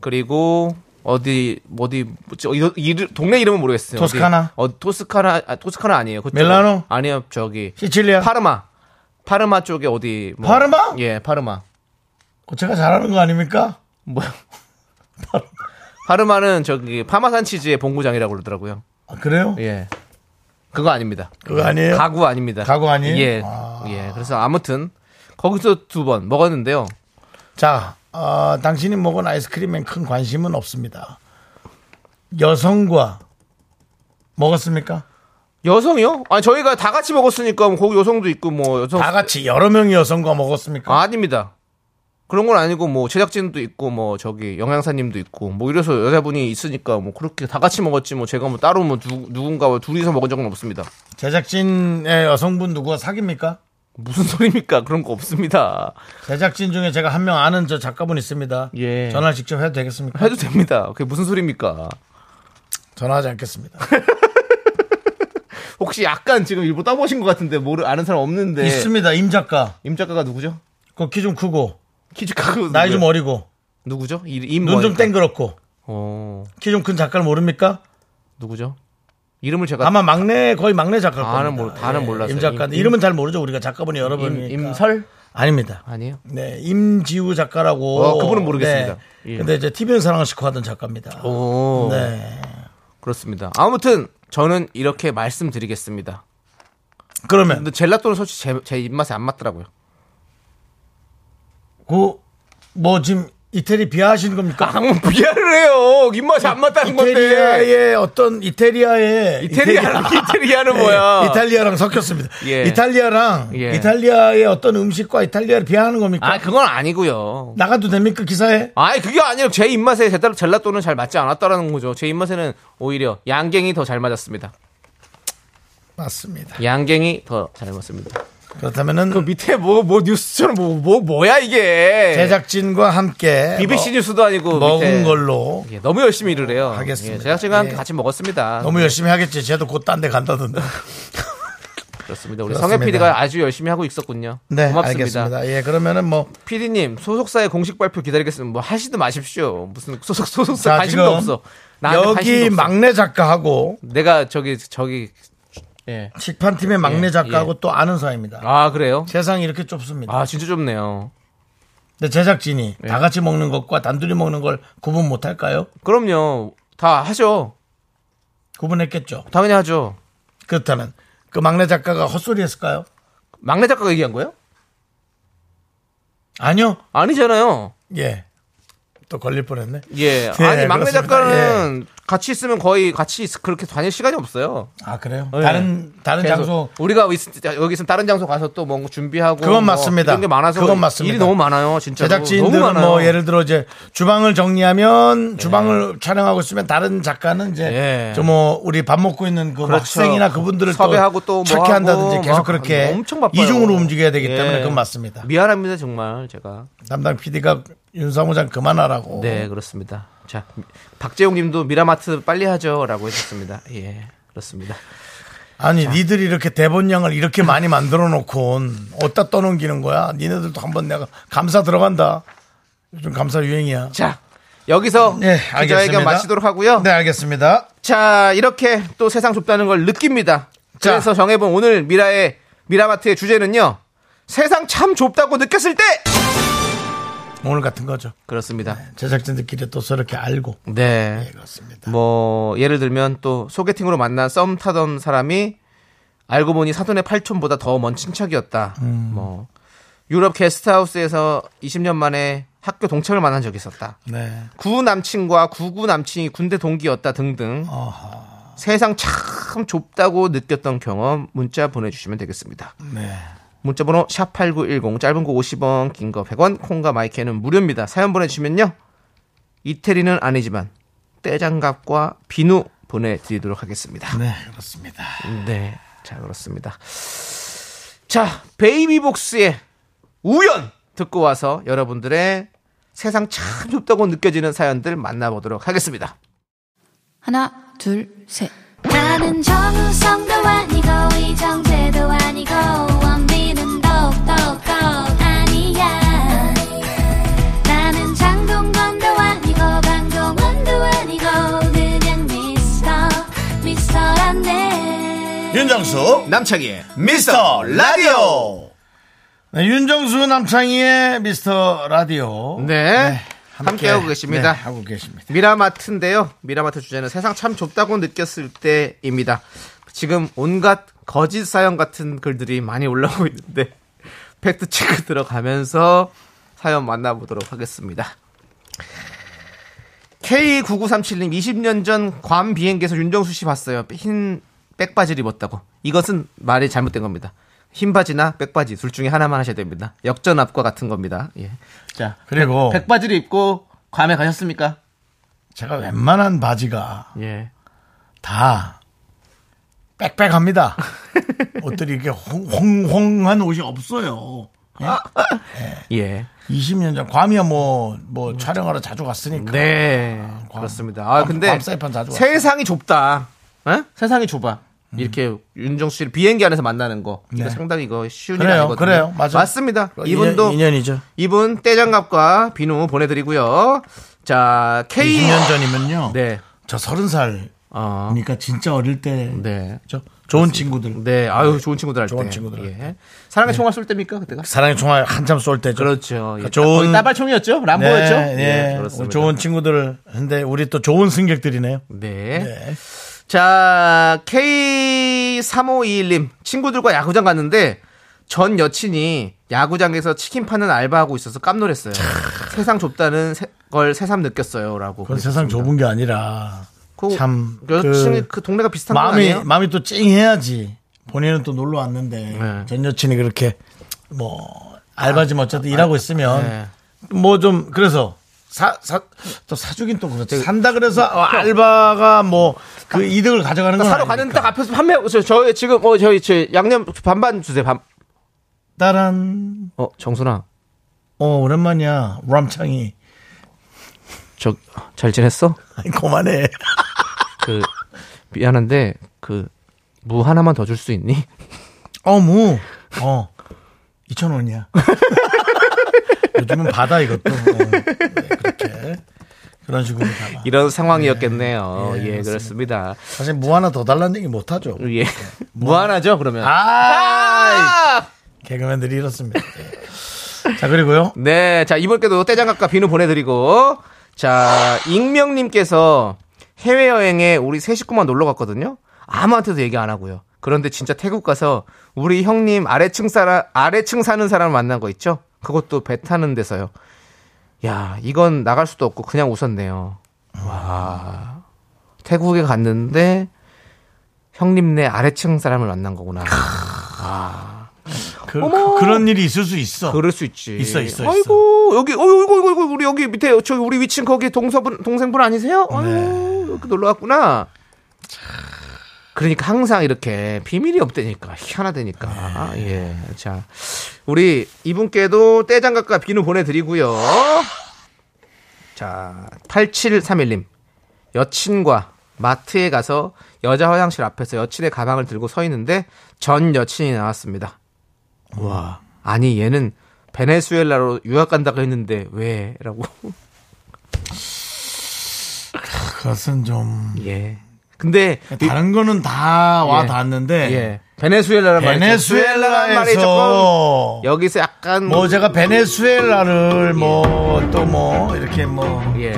그리고 어디 어디 뭐지? 어, 이거 이름- 동네 이름은 모르겠어요. 어디-
토스카나?
어, 토스카나 아, 토스카나 아니에요. 그쪽-
밀라노?
아니요 저기
시칠리아
파르마. 파르마 쪽에 어디? 뭐-
파르마?
예, 파르마.
어, 제가 잘하는 거 아닙니까?
뭐야? 파르마는 저기 파마산 치즈의 본고장이라고 그러더라고요.
아, 그래요?
예. 그거 아닙니다.
그거 아니에요?
가구 아닙니다.
예? 가구 아니에요?
예.
아.
예. 그래서 아무튼 거기서 두 번 먹었는데요.
자, 어, 당신이 먹은 아이스크림엔 큰 관심은 없습니다. 여성과 먹었습니까?
여성이요? 아니 저희가 다 같이 먹었으니까 뭐 거기 여성도 있고 뭐 여성
다 같이 여러 명의 여성과 먹었습니까?
아, 아닙니다. 그런 건 아니고 뭐 제작진도 있고 뭐 저기 영양사님도 있고 뭐 이래서 여자분이 있으니까 뭐 그렇게 다 같이 먹었지 뭐 제가 뭐 따로 뭐 누, 누군가와 둘이서 먹은 적은 없습니다.
제작진의 여성분 누구와 사깁니까?
무슨 소리입니까? 그런 거 없습니다.
제작진 중에 제가 한 명 아는 저 작가분 있습니다.
예.
전화 직접 해도 되겠습니까?
해도 됩니다. 그게 무슨 소리입니까?
전화하지 않겠습니다.
혹시 약간 지금 일부 떠보신 것 같은데 모르 아는 사람 없는데
있습니다. 임 작가.
임 작가가 누구죠?
그 키 좀 크고
키즈 크고
나이 좀 어리고
누구죠?
눈
임눈좀
좀 땡그랗고
어
키 좀 큰 작가를 모릅니까?
누구죠? 이름을 제가
아마 막내 거의 막내 작가.
다는 몰- 다는 몰라서요.
임 작가.
임-
이름은 잘 모르죠. 우리가 작가분이 여러
임,
분이니까.
임설
아닙니다.
아니에요?
네, 임지우 작가라고.
어, 그분은 모르겠습니다.
네.
예.
근데 이제 TV는 사랑을 시켜하던 작가입니다.
오
네.
그렇습니다. 아무튼 저는 이렇게 말씀드리겠습니다.
그러면
근데 젤라또는 솔직히 제, 제 입맛에 안 맞더라고요.
그 뭐 지금 이태리 비하하시는 겁니까?
아무 비하를 해요. 입맛에 안 맞다는 건데.
이태리아의 어떤 예. 이태리아의 예,
이태리아는 이태리아는 뭐야?
이탈리아랑 섞였습니다.
예.
이탈리아랑
예.
이탈리아의 어떤 음식과 이탈리아를 비하하는 겁니까?
아 그건 아니고요.
나가도 됩니까 기사에?
아니 그게 아니라 제 입맛에 제대로 젤라또는 잘 맞지 않았다라는 거죠. 제 입맛에는 오히려 양갱이 더 잘 맞았습니다.
맞습니다.
양갱이 더 잘 맞습니다.
그렇다면은
밑에 뭐 뭐 뉴스처럼 뭐 뭐 뭐야 이게 예,
제작진과 함께
BBC
뭐-
뉴스도 아니고
먹은
밑에.
걸로 아,
예, 너무 열심히 일을 해요.
하겠습니다.
예, 제작진과 함께
예.
같이 먹었습니다. 네.
너무 열심히 하겠지. 쟤도 곧 딴 데 간다던데.
그렇습니다. 우리
그렇습니다.
성혜 PD가 아주 열심히 하고 있었군요.
네,
고맙습니다.
알겠습니다. 예, 그러면은 뭐
PD님 소속사의 공식 발표 기다리겠습니다. 뭐 하시든 마십시오. 무슨 소속 소속사
자,
관심도
지금
없어. 나한테 관심도
여기
없어.
막내 작가하고
내가 저기 저기 예.
식판팀의 막내
예,
작가하고 또 아는 사이입니다.
아 그래요?
세상이 이렇게 좁습니다.
아 진짜 좁네요.
근데 제작진이
예.
다 같이 먹는 것과 단둘이 먹는 걸 구분 못 할까요?
그럼요. 다 하죠.
구분했겠죠.
당연히 하죠.
그렇다면 그 막내 작가가 헛소리 했을까요?
막내 작가가 얘기한 거예요?
아니요.
아니잖아요.
예. 또 걸릴 뻔했네.
예.
예,
아니 막내
그렇습니다. 예.
작가는 같이 있으면 거의 같이 있- 그렇게 다닐 시간이 없어요.
아 그래요?
네.
다른 다른
계속
장소
우리가 있- 여기 있으면 다른 장소 가서 또 뭔가 준비하고
그건
뭐
맞습니다.
이런 게 많아서
그건 맞습니다.
일이 너무 많아요. 진짜 너무
제작진들은
많아요.
뭐 예를 들어 이제 주방을 정리하면 주방을 촬영하고 있으면 다른 작가는 이제
예.
좀 뭐 우리 밥 먹고 있는 그
그렇죠.
학생이나 그분들을
섭외하고
또
또뭐
찾게
하고
한다든지 계속
막
그렇게
엄청 바빠요.
이중으로 움직여야 되기
예.
때문에 그건 맞습니다.
미안합니다 정말 제가.
담당 PD가 윤사무장 그만하라고.
네 그렇습니다. 자 박재용님도 미라마트 빨리 하죠라고 해주셨습니다. 예 그렇습니다.
아니 니들이 이렇게 대본량을 이렇게 많이 만들어 놓고 어디다 떠넘기는 거야? 니네들도 한번 내가 감사 들어간다. 요즘 감사 유행이야.
자 여기서
네,
기자회견
알겠습니다.
마치도록 하고요.
네 알겠습니다.
자 이렇게 또 세상 좁다는 걸 느낍니다.
자.
그래서 정해본 오늘 미라의 미라마트의 주제는요. 세상 참 좁다고 느꼈을 때
오늘 같은 거죠. 네.
그렇습니다.
제작진들끼리 또 저렇게 알고 예,
네.
그렇습니다.
뭐 예를 들면 또 소개팅으로 만난 썸 타던 사람이 알고 보니 사돈의 팔촌보다 더 먼 친척이었다.
음.
뭐 유럽 게스트하우스에서 20년 만에 학교 동창을 만난 적이 있었다.
네.
구 남친과 구구 남친이 군대 동기였다 등등. 세상 참 좁다고 느꼈던 경험 문자 보내주시면 되겠습니다.
네.
문자번호 샵 #8910 짧은 거 50원, 긴 거 100원, 콩과 마이크는 무료입니다. 사연 보내주시면요 이태리는 아니지만 떼장갑과 비누 보내드리도록 하겠습니다.
네, 그렇습니다.
네, 자 그렇습니다. 자 베이비복스의 우연 듣고 와서 여러분들의 세상 참 좁다고 느껴지는 사연들 만나보도록 하겠습니다.
하나, 둘, 셋.
나는 정우성도 아니고 이정재도 아니고 원빈은 더욱더 아니야 나는 장동건도 아니고 강동원도 아니고 그냥 미스터 미스터란데
윤정수
남창희의
미스터 라디오. 네, 윤정수 남창희의 미스터 라디오.
네, 함께하고 계십니다.
네, 하고 계십니다.
미라마트인데요. 미라마트 주제는 세상 참 좁다고 느꼈을 때입니다. 지금 온갖 거짓 사연 같은 글들이 많이 올라오고 있는데 팩트 체크 들어가면서 사연 만나보도록 하겠습니다. K9937님 20년 전 괌 비행기에서 윤정수 씨 봤어요. 흰 백바지를 입었다고. 이것은 말이 잘못된 겁니다. 흰 바지나 백바지 둘 중에 하나만 하셔야 됩니다. 역전압과 같은 겁니다. 예. 자,
그리고
백바지를 입고 괌에 가셨습니까?
제가 웬만한 바지가
예.
다 빽빽합니다. 옷들이 이렇게 홍, 홍한 옷이 없어요.
예.
20년 전 괌이야 뭐, 뭐 촬영하러 자주 갔으니까.
네.
괌.
그렇습니다. 아,
괌-
근데
괌 사이판 자주 왔어요. 음.
세상이 좁다. 어? 세상이 좁아. 이렇게 윤정수 씨를 비행기 안에서 만나는 거. 이거
네.
상당히 이거 쉬운 일
그래요,
아니거든요.
그래요. 맞아요.
습니다
이분도
이분도
인연이죠.
이분 떼장갑과 비누 보내 드리고요. 자, K
20년 전이면요.
네.
저 서른 살.
어.
그러니까 진짜 어릴 때.
네.
죠 좋은 친구들.
네. 아유, 좋은 친구들 할 때.
좋은 친구들 할 네.
예. 사랑의 총알 쏠 때입니까? 그때가?
사랑의 총알 한참 쏠 때죠.
그렇죠. 예. 거의
좋은
따발총이었죠? 람보였죠? 예,
네, 네. 좋은 친구들. 근데 우리 또 좋은 승객들이네요.
네.
네.
자, K3521님. 친구들과 야구장 갔는데 전 여친이 야구장에서 치킨 파는 알바하고 있어서 깜놀했어요. 세상 좁다는 세- 걸 새삼 느꼈어요. 라고.
그건 세상 좁은 게 아니라
그,
참,
여친이
그
그, 동네가 비슷한 거
마음이
아니에요?
마음이 또 찡해야지. 본인은 또 놀러 왔는데
네.
전 여친이 그렇게 뭐 알바지만 어쨌든 일하고 있으면
네.
뭐 좀 그래서 사 사 또 사주긴 또 그렇지. 산다 그래서 어, 알바가 뭐 그 이득을 가져가는 건
사러 가는 딱 앞에서 판매 저, 저 지금 어 저희 저 양념 반반 주세요. 반.
따란
어, 정순아.
어 오랜만이야 람창이
저 잘 지냈어?
아니, 그만해
그 미안한데 그 무 하나만 더 줄 수 있니? 뭐?
어무 어 2천 원이야 요즘은 받아 이것도 어, 네, 그렇게 그런 식으로 담아
이런 상황이었겠네요. 예, 그렇습니다.
사실 뭐 하나 더 달라는 얘기 못 하죠
예. 무한하죠, 그러면.
아
아!
개그맨들이 이렇습니다 예. 자 그리고요
네, 자, 이분께도 떼장갑과 비누 보내드리고, 자, 익명님께서 해외여행에 우리 세 식구만 놀러 갔거든요? 아무한테도 얘기 안 하고요. 그런데 진짜 태국 가서 우리 형님 아래층 살아, 아래층 사는 사람 만난 거 있죠? 그것도 배 타는 데서요. 야, 이건 나갈 수도 없고 그냥 웃었네요. 와. 태국에 갔는데 형님네 아래층 사람을 만난 거구나.
그, 런 일이 있을 수 있어.
그럴 수 있지.
있어, 있어, 있어.
아이고 여기 어이구 어이구 어이구 우리 여기 밑에 저기 우리 위층 거기 동서분 동생분 아니세요?
네.
아유 이렇게 놀러 왔구나. 그러니까 항상 이렇게 비밀이 없다니까 희한하다니까. 아,
네.
예. 자 우리 이분께도 떼장갑과 비누 보내드리고요. 자 8731님 여친과 마트에 가서 여자 화장실 앞에서 여친의 가방을 들고 서 있는데 전 여친이 나왔습니다. 와 아니 얘는 베네수엘라로 유학 간다고 했는데 왜라고
그것은 좀
예 근데
다른 거는 다 와
예.
닿았는데
예 베네수엘라란 말이 베네수엘라란 말이 조금 예.
베네수엘라에서
여기서 약간
뭐 제가 베네수엘라를 뭐 또 뭐 이렇게 뭐
예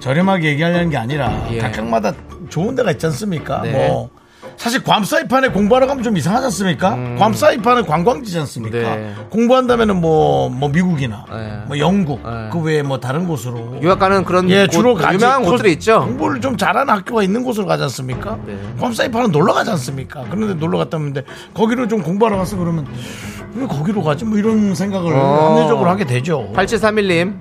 저렴하게 얘기하려는 게 아니라
예.
각각마다 좋은 데가 있지 않습니까?
네.
뭐 사실 괌 사이판에 공부하러 가면 좀 이상하지 않습니까? 괌 사이판은 관광지지 않습니까?
음. 네.
공부한다면은 뭐, 뭐 미국이나
네.
뭐 영국
네.
그 외에 뭐 다른 곳으로
유학 가는 그런
예
곳,
주로 가지
유명한
그
곳들이 있죠
공부를 좀 잘하는 학교가 있는 곳으로 가지 않습니까?
네.
괌 사이판은 놀러 가지 않습니까? 그런데 놀러 갔다 오는데 거기로 좀 공부하러 가서 그러면 왜 거기로 가지? 뭐 이런 생각을
어.
합리적으로 하게 되죠.
8731님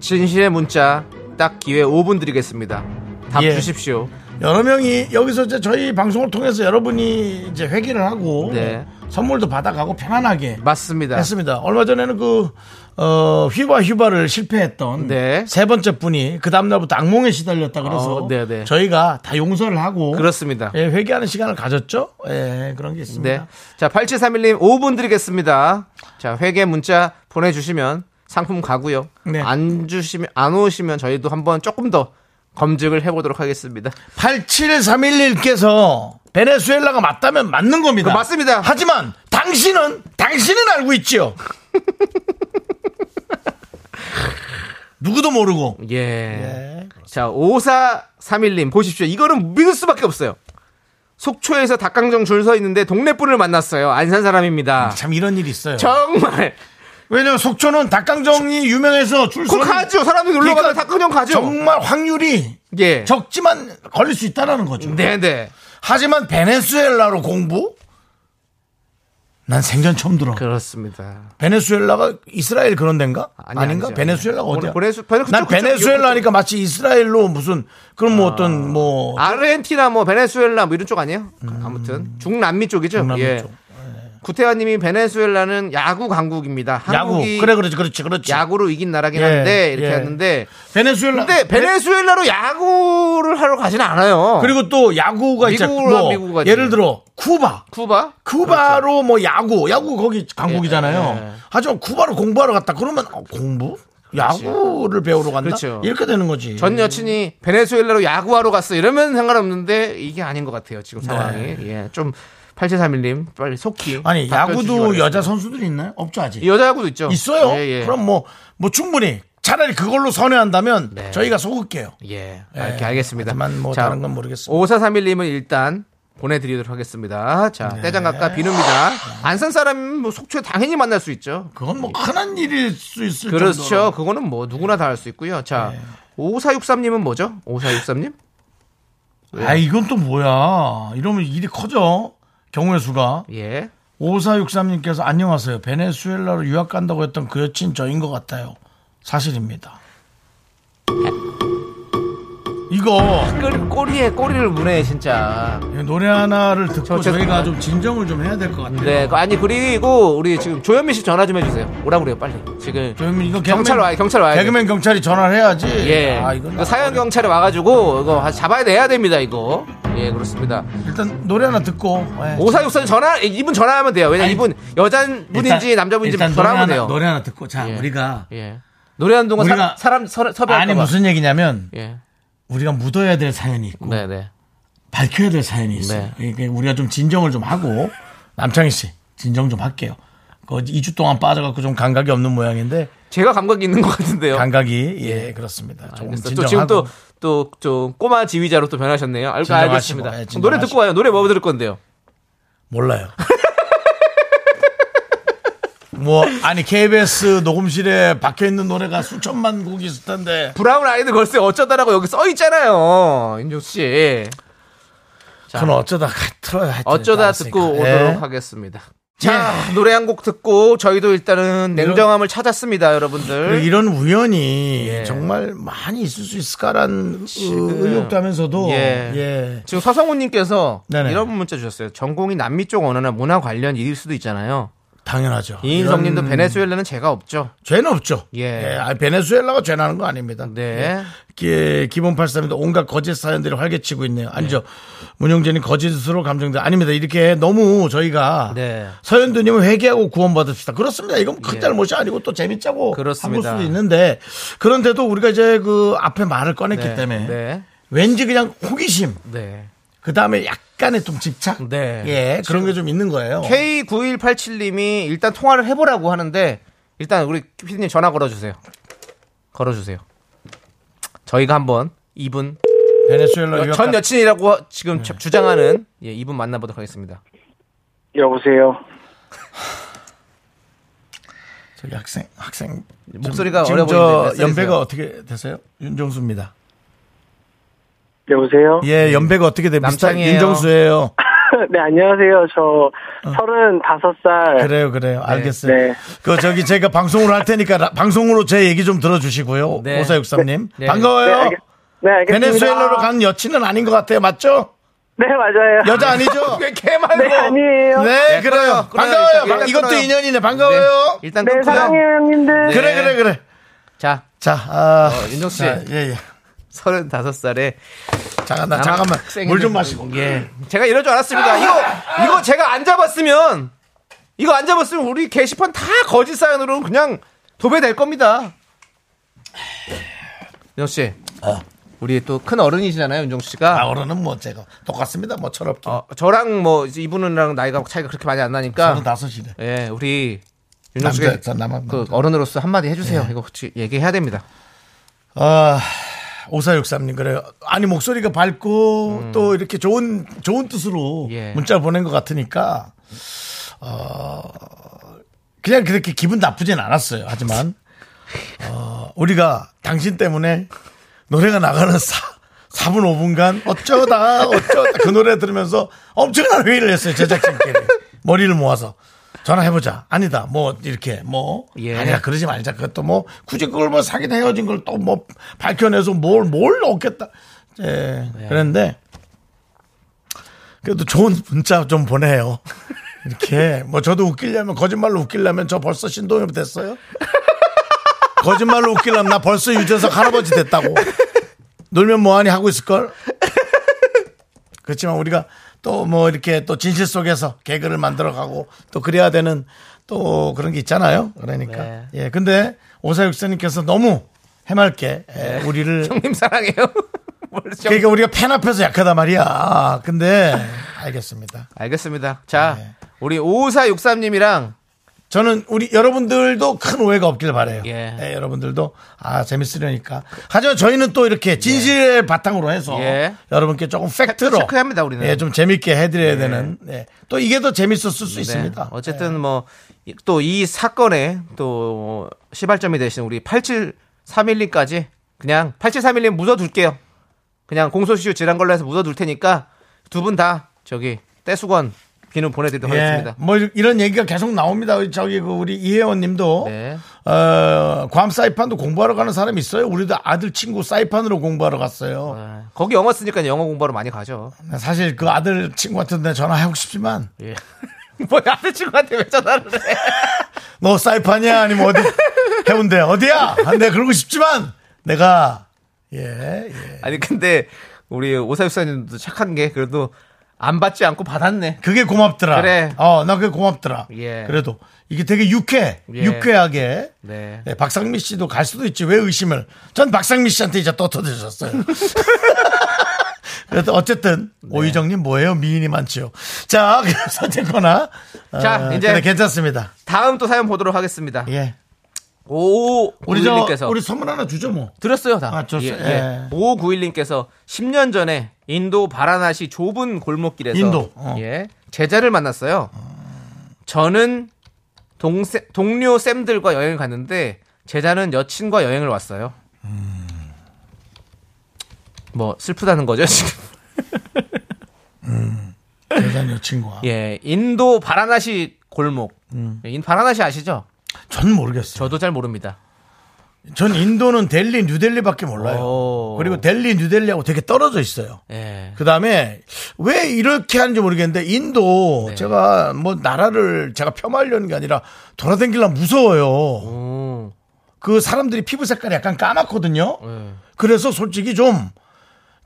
진실의 문자 딱 기회 5분 드리겠습니다 답
예.
주십시오
여러 명이 여기서 이제 저희 방송을 통해서 여러분이 이제 회기를 하고
네.
선물도 받아가고 편안하게
맞습니다
했습니다. 얼마 전에는 그 어, 휘바 휘바를 실패했던
네.
세 번째 분이 그 다음 날부터 악몽에 시달렸다 그래서
어, 네, 네.
저희가 다 용서를 하고
그렇습니다
예, 회개하는 시간을 가졌죠. 예, 그런 게 있습니다.
네. 자, 8731님 5분 드리겠습니다. 자, 회계 문자 보내주시면 상품 가고요.
네.
안 주시면, 안 오시면 저희도 한번 조금 더 검증을 해보도록 하겠습니다.
8731님께서 베네수엘라가 맞다면 맞는 겁니다.
그 맞습니다.
하지만 당신은 당신은 알고 있지요. 누구도 모르고.
예.
네,
자, 5431님 보십시오. 이거는 믿을 수밖에 없어요. 속초에서 닭강정 줄 서 있는데 동네 분을 만났어요. 안산 사람입니다.
참 이런 일이 있어요.
정말
왜냐면 속초는 닭강정이 유명해서 줄
꼭
서는
가죠. 사람들이 놀러 가면
그러니까
닭강정 가죠.
정말 확률이
예.
적지만 걸릴 수 있다라는 거죠.
네네.
하지만 베네수엘라로 공부? 난 생전 처음 들어.
그렇습니다.
베네수엘라가 이스라엘 그런 데인가?
아니,
아닌가?
아니죠.
베네수엘라가
보내-
어디야?
보내수- 베네- 그쪽,
난
그쪽,
베네수엘라니까 그러니까 마치 이스라엘로 무슨 그런
아.
뭐 어떤 뭐
아르헨티나 뭐 베네수엘라 뭐 이런 쪽 아니에요? 아무튼 중남미 쪽이죠.
음. 중남미
예.
쪽. 네.
구태환님이 베네수엘라는 야구 강국입니다.
야구
한국이
그래 그렇지 그렇지 그렇지.
야구로 이긴 나라긴
예,
한데 이렇게
예.
했는데
베네수엘라.
근데 베네수엘라로 야구를 하러 가진 않아요.
그리고 또 야구가 이제
미국으로
뭐
미국 가지.
예를 들어 쿠바.
쿠바
쿠바로 뭐 야구, 야구 거기 강국이잖아요.
예, 예.
하지만 쿠바로 공부하러 갔다 그러면 어, 공부? 야구를 배우러 간다?
그렇죠.
이렇게 되는 거지.
전 여친이 베네수엘라로 야구하러 갔어 이러면 상관없는데 이게 아닌 것 같아요
네.
지금 상황이 예좀 8731님 빨리 속히
아니
답변 주시기
야구도
바라겠습니다.
여자 선수들이 있나요? 없죠 아직.
여자 야구도 있죠
있어요.
예, 예.
그럼 뭐, 뭐 충분히 차라리 그걸로 선회한다면
네.
저희가 속을게요.
예, 알게 알겠습니다.
하지만 뭐 다른 건 모르겠습니다.
5431님은 일단 보내드리도록 하겠습니다. 자,
네.
떼장갑과 비누입니다. 안산 사람 뭐 속초에 당연히 만날 수 있죠.
그건 뭐 흔한 일일 수 있을
그렇죠.
정도로. 네.
그거는 뭐 누구나 다 할 수 있고요. 자, 5463님은 뭐죠? 5463님?
아 이건 또 뭐야? 이러면 일이 커져. 경우의 수가
예.
5463님께서 안녕하세요. 베네수엘라로 유학 간다고 했던 그 여친 저인 것 같아요. 사실입니다. 이거
꼬리, 꼬리에 꼬리를 무네, 진짜.
노래 하나를 듣고
저
저희가
죄송합니다.
좀 진정을 좀 해야 될 것 같아요.
네. 그- 아니, 그리고 우리 지금 조현민 씨 전화 좀 해주세요. 오라고 그래요, 빨리. 지금.
조현민 이거
경찰
개그맨-
와요, 경찰 와요.
개그맨 경찰이 전화를 해야지.
예.
아,
이거
이건
사연 경찰에 와가지고 이거 잡아야 돼야 됩니다, 이거. 예, 그렇습니다.
일단 노래 하나 듣고 예.
오사육사는 전화 이분 전화하면 돼요. 왜냐 면
아니,
이분 여자분인지
일단-
남자분인지
일단 노래
전화하면
하나,
돼요.
노래 하나 듣고 자
예.
우리가
예. 노래하는 동안
우리가-
사, 람 섭외할까
아니
봐.
무슨 뭐. 얘기냐면
예.
우리가 묻어야 될 사연이 있고
네, 네.
밝혀야 될 사연이 있어요.
네.
그러니까 우리가 좀 진정을 좀 하고 남창희 씨 진정 좀 할게요. 그 2주 동안 빠져갖고 좀 감각이 없는 모양인데
제가 감각이 있는 것 같은데요.
감각이 예 그렇습니다. 조금
알겠어요. 또 지금
진정하고
또 또 좀 꼬마 지휘자로 또 변하셨네요. 알,
진정하시고,
알겠습니다.
예,
그럼 노래
진정하시고.
듣고 와요. 노래 뭐 들을 건데요?
몰라요.
뭐 아니 KBS 녹음실에 박혀 있는 노래가 수천만 곡이 있을 텐데
브라운 아이드 걸스 어쩌다라고 여기 써 있잖아요. 윤종수 씨.
그건 어쩌다 틀어야 했지.
어쩌다 듣고
예.
오도록 하겠습니다. 자, 노래 한 곡 듣고 저희도 일단은 냉정함을 찾았습니다, 여러분들.
이런 우연이
예.
정말 많이 있을 수 있을까라는 의- 의혹도 하면서도
그, 예.
예.
지금 서성훈님께서
네네.
이런 문자 주셨어요. 전공이 남미 쪽 언어나 문화 관련 일일 수도 있잖아요.
당연하죠.
이인성님도
이런
베네수엘라는 죄가 없죠.
죄는 없죠.
예.
아, 베네수엘라가 죄나는 거 아닙니다.
네.
예, 기본 83인데 온갖 거짓 사연들이 활개치고 있네요. 아니죠. 문영재님 거짓으로 감정돼. 아닙니다. 이렇게 너무 저희가
네.
서현두님은 회개하고 구원받읍시다. 그렇습니다. 이건 큰 잘못이 아니고 또 재밌자고
예. 그렇습니다.
한 걸 수도 있는데 그런데도 우리가 이제 그 앞에 말을 꺼냈기
네.
때문에
네.
왠지 그냥 호기심
네.
그 다음에 약간의 좀 집착
네.
예 그런 게 좀 있는 거예요.
K9187님이 일단 통화를 해보라고 하는데 일단 우리 피디님 전화 걸어주세요. 걸어주세요. 저희가 한번 이분
베네수엘라
여-
유학
전
가-
여친이라고 지금
네.
자- 주장하는 예, 이분 만나보도록 하겠습니다.
여보세요.
저기 학생 학생 좀-
목소리가
지금
어려
저
보이는데 몇 살이세요?
연배가 어떻게 되세요? 윤정수입니다.
여보세요.
예 연배가 어떻게 됩니까?
남창이에요.
윤정수예요. 어.
네 안녕하세요. 저 서른다섯 살.
그래요, 그래요. 알겠어요.
네.
그 저기 제가 방송으로 할 테니까 라- 방송으로 제 얘기 좀 들어주시고요.
네.
오사육삼님
네.
네,
반가워요.
알겠, 네 알겠습니다.
베네수엘라로 간 여친은 아닌 것 같아요. 맞죠?
네 맞아요.
여자 아니죠?
개 말고.
네 아니에요. 네,
네,
네,
그래요.
끊어요, 끊어요.
반가워요.
일단
반- 이것도
끊어요.
인연이네. 반가워요.
일단 끊고요.
네, 사랑해요 형님들.
그래,
네.
그래, 그래.
자,
자, 아,
어, 윤정 씨.
자, 예, 예.
35살에
잠깐, 나 잠깐만. 물 좀 마시고.
예. 제가 이럴 줄 알았습니다. 이거 이거 제가 안 잡았으면 이거 안 잡았으면 우리 게시판 다 거짓 사연으로 그냥 도배될 겁니다. 윤정 씨.
어.
우리 또 큰 어른이시잖아요, 윤정 씨가.
아, 어른은 뭐 제가 똑같습니다. 뭐 철없게.
어, 저랑 뭐 이제 이분이랑 나이가 차이가 그렇게 많이 안 나니까
저는 다섯이래.
예, 우리 윤정 씨
남자, 예. 남한.
그 어른으로서 한마디 해주세요. 이거 혹시 얘기해야 됩니다.
아, 5463님 그래요. 아니 목소리가 밝고 또 이렇게 좋은 좋은 뜻으로
음. 예.
문자 보낸 것 같으니까 어 그냥 그렇게 기분 나쁘진 않았어요. 하지만 어 우리가 당신 때문에 노래가 나가는 사 4분 5분간 어쩌다 어쩌다 그 노래 들으면서 엄청난 회의를 했어요 제작진끼리 머리를 모아서 전화해보자 아니다 뭐 이렇게 뭐
예.
아니라 그러지 말자 그것도 뭐 굳이 그걸 뭐 사귀다 헤어진 걸 또 뭐 밝혀내서 뭘 뭘 얻겠다 예 그런데 그래도 좋은 문자 좀 보내요 이렇게 뭐 저도 웃기려면 거짓말로 웃기려면 저 벌써 신동엽 됐어요 거짓말로 웃기려면 나 벌써 유재석 할아버지 됐다고. 놀면 뭐하니 하고 있을걸? 그렇지만 우리가 또 뭐 이렇게 또 진실 속에서 개그를 만들어가고 또 그래야 되는 또 그런 게 있잖아요. 그러니까.
네.
예. 근데 오사육사님께서 너무 해맑게 예, 우리를
형님 사랑해요. 뭘 좀-
그러니까 우리가 팬 앞에서 약하다 말이야. 아, 근데 알겠습니다.
알겠습니다. 자,
네.
우리 5463님이랑
저는 우리 여러분들도 큰 오해가 없길 바래요.
예.
예, 여러분들도 아 재밌으려니까. 하지만 저희는 또 이렇게 진실을 바탕으로 해서
예.
여러분께 조금 팩트로
체크합니다, 우리는.
예, 좀 재밌게 해드려야 되는. 예. 또 이게 더 재밌었을 수 있습니다.
네.
네.
어쨌든 뭐 또 이 사건의 또 시발점이 되신 우리 8731님까지 그냥 8731님 묻어둘게요. 그냥 공소시효 지난 걸로 해서 묻어둘 테니까 두 분 다 저기 떼수건 비누 보내드리도록
예,
하겠습니다.
뭐 이런 얘기가 계속 나옵니다. 저기 그 우리 이혜원님도
네.
어, 괌 사이판도 공부하러 가는 사람이 있어요. 우리도 아들 친구 사이판으로 공부하러 갔어요.
아, 거기 영어 쓰니까 영어 공부하러 많이 가죠.
사실 그 아들 친구한테 전화하고 싶지만
예. 뭐 아는 친구한테 왜 전화를 해?
너뭐 사이판이야 아니면 어디 해운대 어디야? 아, 내가 그러고 싶지만 내가 예, 예.
아니 근데 우리 오사육사님도 착한 게 그래도 안 받지 않고 받았네.
그게 고맙더라.
그래.
어, 나 그게 고맙더라.
예.
그래도 이게 되게 유쾌,
예.
유쾌하게.
네.
네, 박상미 씨도 갈 수도 있지 왜 의심을? 전 박상미 씨한테 이제 또 터드셨어요. 그래도 어쨌든
네.
오유정님 뭐예요? 미인이 많지요. 자, 그래서 어쨌거나
자,
어,
이제-
근데 괜찮습니다.
다음 또 사연 보도록 하겠습니다.
예,
오
우리 저
91님께서
우리 선물 하나 주죠 뭐.
들었어요 다.
아, 줬어요. 예.
5591님께서 10년 전에 인도 바라나시 좁은 골목길에서
인도, 어.
예, 제자를 만났어요. 저는 동생, 동료 쌤들과 여행을 갔는데 제자는 여친과 여행을 왔어요.
음.
뭐 슬프다는 거죠 지금.
대단 여친과.
예, 인도 바라나시 골목.
음.
예, 인 바라나시 아시죠?
전 모르겠어요.
저도 잘 모릅니다.
전 인도는 델리, 뉴델리밖에 몰라요.
오.
그리고 델리, 뉴델리하고 되게 떨어져 있어요.
예.
그 다음에 왜 이렇게 하는지 모르겠는데 인도 제가 뭐 나라를 제가 폄하하려는 게 아니라 돌아다니려면 무서워요.
오,
그 사람들이 피부 색깔이 약간 까맣거든요.
예.
그래서 솔직히 좀,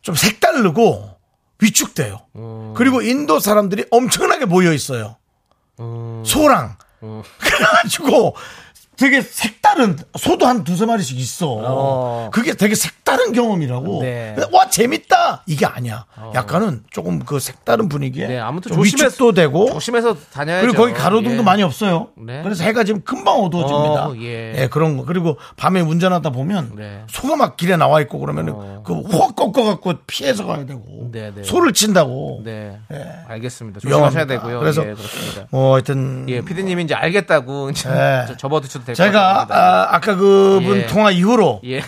좀 색다르고 위축돼요. 그리고 인도 사람들이 엄청나게 모여 있어요. 소랑. 그래가지고 되게 색다른, 소도 한 두세 마리씩 있어.
어.
그게 되게 색다른 경험이라고. 뭐.
네. 어.
근데 와, 재밌다! 이게 아니야. 약간은 조금 그 색다른 분위기에.
네, 아무튼
좀
조심해서-
위축도 되고.
조심해서 다녀야죠.
그리고 거기 가로등도
예.
많이 없어요.
네.
그래서 해가 지금 금방 어두워집니다.
어,
예.
예.
그런 거. 그리고 밤에 운전하다 보면
네. 어.
소가 막 길에 나와 있고 그러면 은그 호악 꺾어갖고 피해서 가야 되고
네, 네.
소를 친다고.
네.
예.
알겠습니다.
위험합니다.
조심하셔야 되고요.
그래서
예, 그렇습니다.
뭐 하여튼
예, 피디님이 이제 알겠다고 이제
예.
저- 접어드셔도 될 것
제가
같습니다.
아, 까 그분
예.
통화 이후로
예.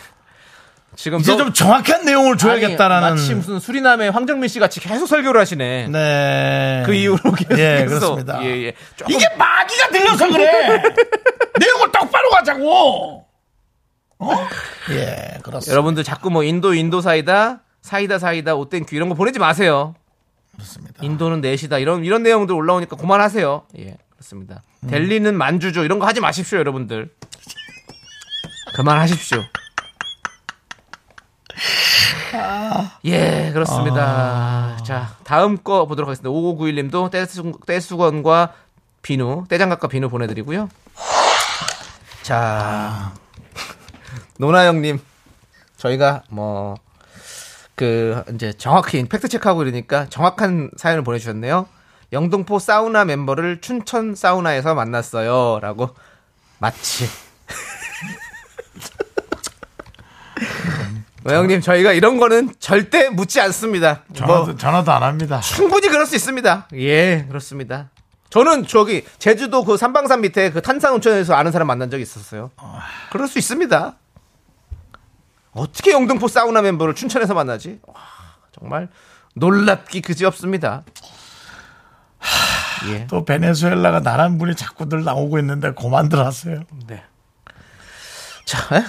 지금
이제
너-
좀 정확한 내용을 줘야겠다라는
아니, 마치 무슨 수리남의 황정민 씨 같이 계속 설교를 하시네.
네.
그 이후로 계속
예, 그렇습니다.
예, 예. 조금
이게 마귀가 들려서 그래. 내용을 똑바로 가자고. 어? 예, 그렇습니다.
여러분들 자꾸 뭐 인도 인도 사이다 사이다 사이다 오땡큐 이런 거 보내지 마세요.
그렇습니다.
인도는 넷이다 이런 이런 내용들 올라오니까 그만하세요. 예 그렇습니다.
음.
델리는 만주죠 이런 거 하지 마십시오 여러분들. 그만하십시오.
아.
예 그렇습니다. 자 다음 거 보도록 하겠습니다. 5591님도 떼수, 떼수건과 비누 떼장갑과 비누 보내드리고요. 자 아. 노나영님 저희가 뭐 그 이제 정확히 팩트 체크하고 이러니까 정확한 사연을 보내주셨네요. 영등포 사우나 멤버를 춘천 사우나에서 만났어요라고 마치 노영님 저희가 이런 거는 절대 묻지 않습니다.
전화도,
뭐
전화도 안 합니다.
충분히 그럴 수 있습니다. 예 그렇습니다. 저는 저기 제주도 그 삼방산 밑에 그 탄산 온천에서 아는 사람 만난 적이 있었어요. 그럴 수 있습니다. 어떻게 영등포 사우나 멤버를 춘천에서 만나지? 와, 정말 놀랍기 그지없습니다. 예.
또 베네수엘라가 나란 분이 자꾸들 나오고 있는데 고만들 하세요.
네. 자, 에?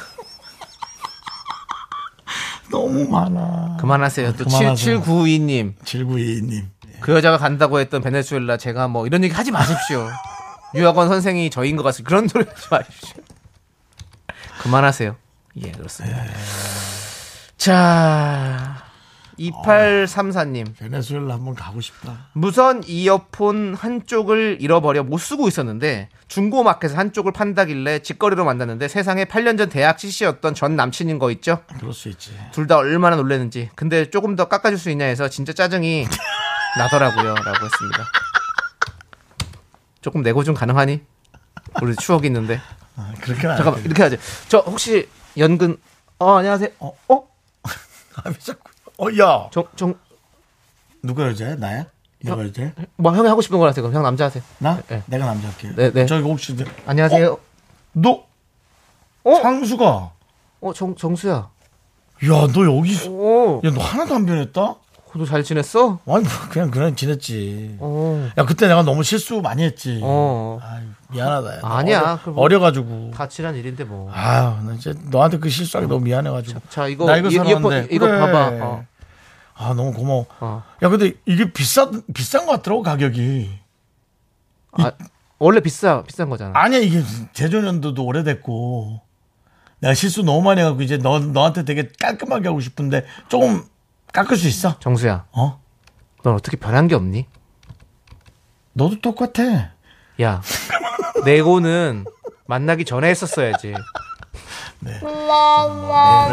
너무 많아.
그만하세요. 또
그만하세요.
7792님.
7922님.
그 여자가 간다고 했던 베네수엘라 제가 뭐 이런 얘기 하지 마십시오. 유학원 선생이 저인 것 같습니다. 그런 소리 하지 마십시오. 그만하세요. 예, 그렇습니다. 자, 2834님.
베네수엘라 한번 가고 싶다.
무선 이어폰 한쪽을 잃어버려 못 쓰고 있었는데 중고 마켓에서 한쪽을 판다길래 직거래로 만났는데 세상에 8년 전 대학 CC였던 전 남친인 거 있죠?
그럴 수 있지.
둘 다 얼마나 놀랐는지. 근데 조금 더 깎아줄 수 있냐 해서 진짜 짜증이 나더라고요. 라고 했습니다. 조금 내고 좀 가능하니? 우리 추억이 있는데.
아, 그렇게는 안
잠깐만,
돼.
이렇게 하죠. 저 혹시 연근, 어, 안녕하세요. 어, 어?
아,
예.
왜 자꾸. 어, 야.
정, 정,
누가 여자야? 나야? 누가 여자야?
뭐 형이 하고 싶은 걸 하세요. 그럼 형 남자 하세요.
나?
네.
내가 남자 할게요.
네, 네.
저기 혹시. 저-
안녕하세요.
어? 너,
어?
창수가.
어, 정, 정수야.
야, 너 여기. 있어.
오,
야, 너 하나도 안 변했다? 아니,
너도 잘 지냈어?
뭐, 그냥, 그냥 지냈지.
어.
야, 그때 내가 너무 실수 많이 했지.
어.
아유, 미안하다. 야. 나
아니야.
어려-
그럼 뭐-
어려가지고.
다칠한 일인데 뭐.
아유, 나 이제 너한테 그 실수하기 너무 미안해가지고.
자, 이거
나 이거
이- 이어폰
사놨는데.
이거
그래.
봐봐. 어.
아, 너무 고마워.
어.
야, 근데 이게 비싸, 비싼 것 같더라고, 가격이.
아, 원래 비싸 비싼 거잖아.
아니야, 이게 제조년도도 오래됐고. 내가 실수 너무 많이 해갖고, 이제 너, 너한테 되게 깔끔하게 하고 싶은데, 조금 깎을 수 있어?
정수야,
어?
넌 어떻게 변한 게 없니?
너도 똑같아.
야, 내고는 만나기 전에 했었어야지.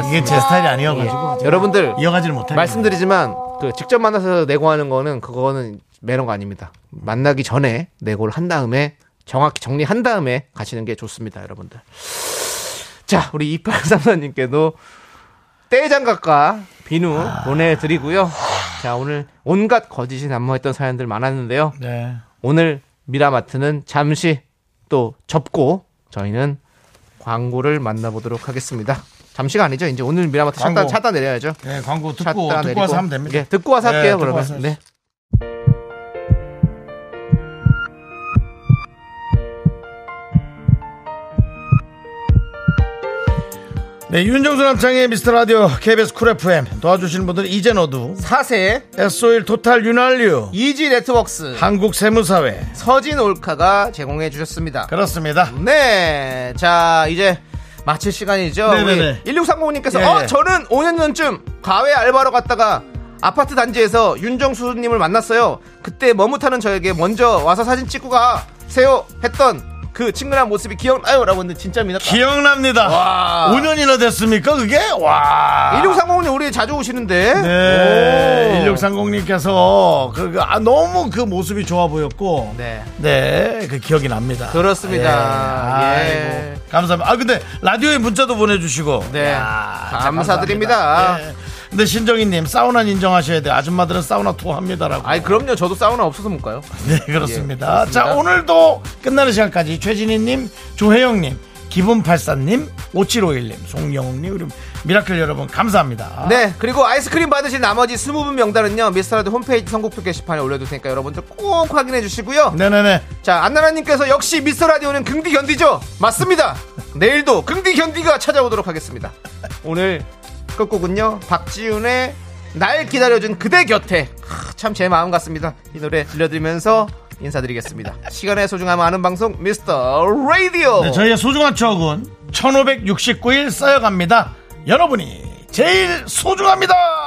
이게 제 스타일이 아니어가지고.
여러분들
이어가지를 못하겠네.
말씀드리지만 그 직접 만나서 내고하는 거는 그거는 매너가 아닙니다. 만나기 전에 내고를 한 다음에 정확히 정리한 다음에 가시는 게 좋습니다, 여러분들. 자, 우리 2834님께도 떼장갑과 비누
아.
보내드리고요. 자, 오늘 온갖 거짓이 난무했던 사연들 많았는데요.
네.
오늘 미라마트는 잠시 또 접고 저희는 광고를 만나보도록 하겠습니다. 잠시가 아니죠. 이제 오늘 미라마트
광고.
차다, 차다 내려야죠.
네, 광고
차다
듣고 듣고
내리고.
와서 하면 됩니다.
예, 듣고 와서
네,
할게요.
듣고
그러면.
와서
네.
네, 윤정수 남창의 미스터 라디오 KBS 쿨 FM 도와주시는 분들 이젠 어두
4세
S.O.1 토탈 윤활유
이지 네트웍스
한국 세무사회
서진 올카가 제공해 주셨습니다.
그렇습니다.
네. 자, 이제 마칠 시간이죠.
네네네.
우리 1630님께서
예,
어,
예.
저는 5년 전쯤 과외 알바로 갔다가 아파트 단지에서 윤정수님을 만났어요. 그때 머뭇하는 저에게 먼저 와서 사진 찍고 가세요 했던 그 친근한 모습이 기억나요? 라고 했는데 진짜입니다.
기억납니다.
와.
5년이나 됐습니까 그게? 와.
1630님 아, 우리 자주 오시는데.
네.
오.
1630님께서 그, 그, 아, 너무 그 모습이 좋아 보였고. 네.
네.
그 기억이 납니다.
그렇습니다.
예.
예.
아이고, 감사합니다. 아, 근데 라디오에 문자도 보내주시고.
네.
야, 진짜
감사드립니다. 네.
감사합니다. 예. 근데 신정희님, 사우나 인정하셔야 돼요. 아줌마들은 사우나 투합니다라고.
아이 그럼요. 저도 사우나 없어서 못 가요.
네, 그렇습니다.
예,
자,
그렇습니다.
오늘도 끝나는 시간까지 최진희님, 조혜영님, 기분팔사님, 5751님, 송영웅님, 그리고 미라클 여러분, 감사합니다.
네, 그리고 아이스크림 받으실 나머지 20분 명단은요, 미스터라드 홈페이지 선곡표 게시판에 올려둘 테니까 여러분들 꼭 확인해 주시고요.
네네네.
자, 안나라님께서 역시 미스터라디오는 긍디 견디죠? 맞습니다! 내일도 긍디 견디가 찾아오도록 하겠습니다. 오늘 끝곡은요, 박지윤의 날 기다려준 그대 곁에. 참 제 마음 같습니다. 이 노래 들려드리면서 인사드리겠습니다. 시간의 소중함 아는 방송, 미스터 라디오!
네, 저희의 소중한 추억은 1569일 쌓여갑니다. 여러분이 제일 소중합니다!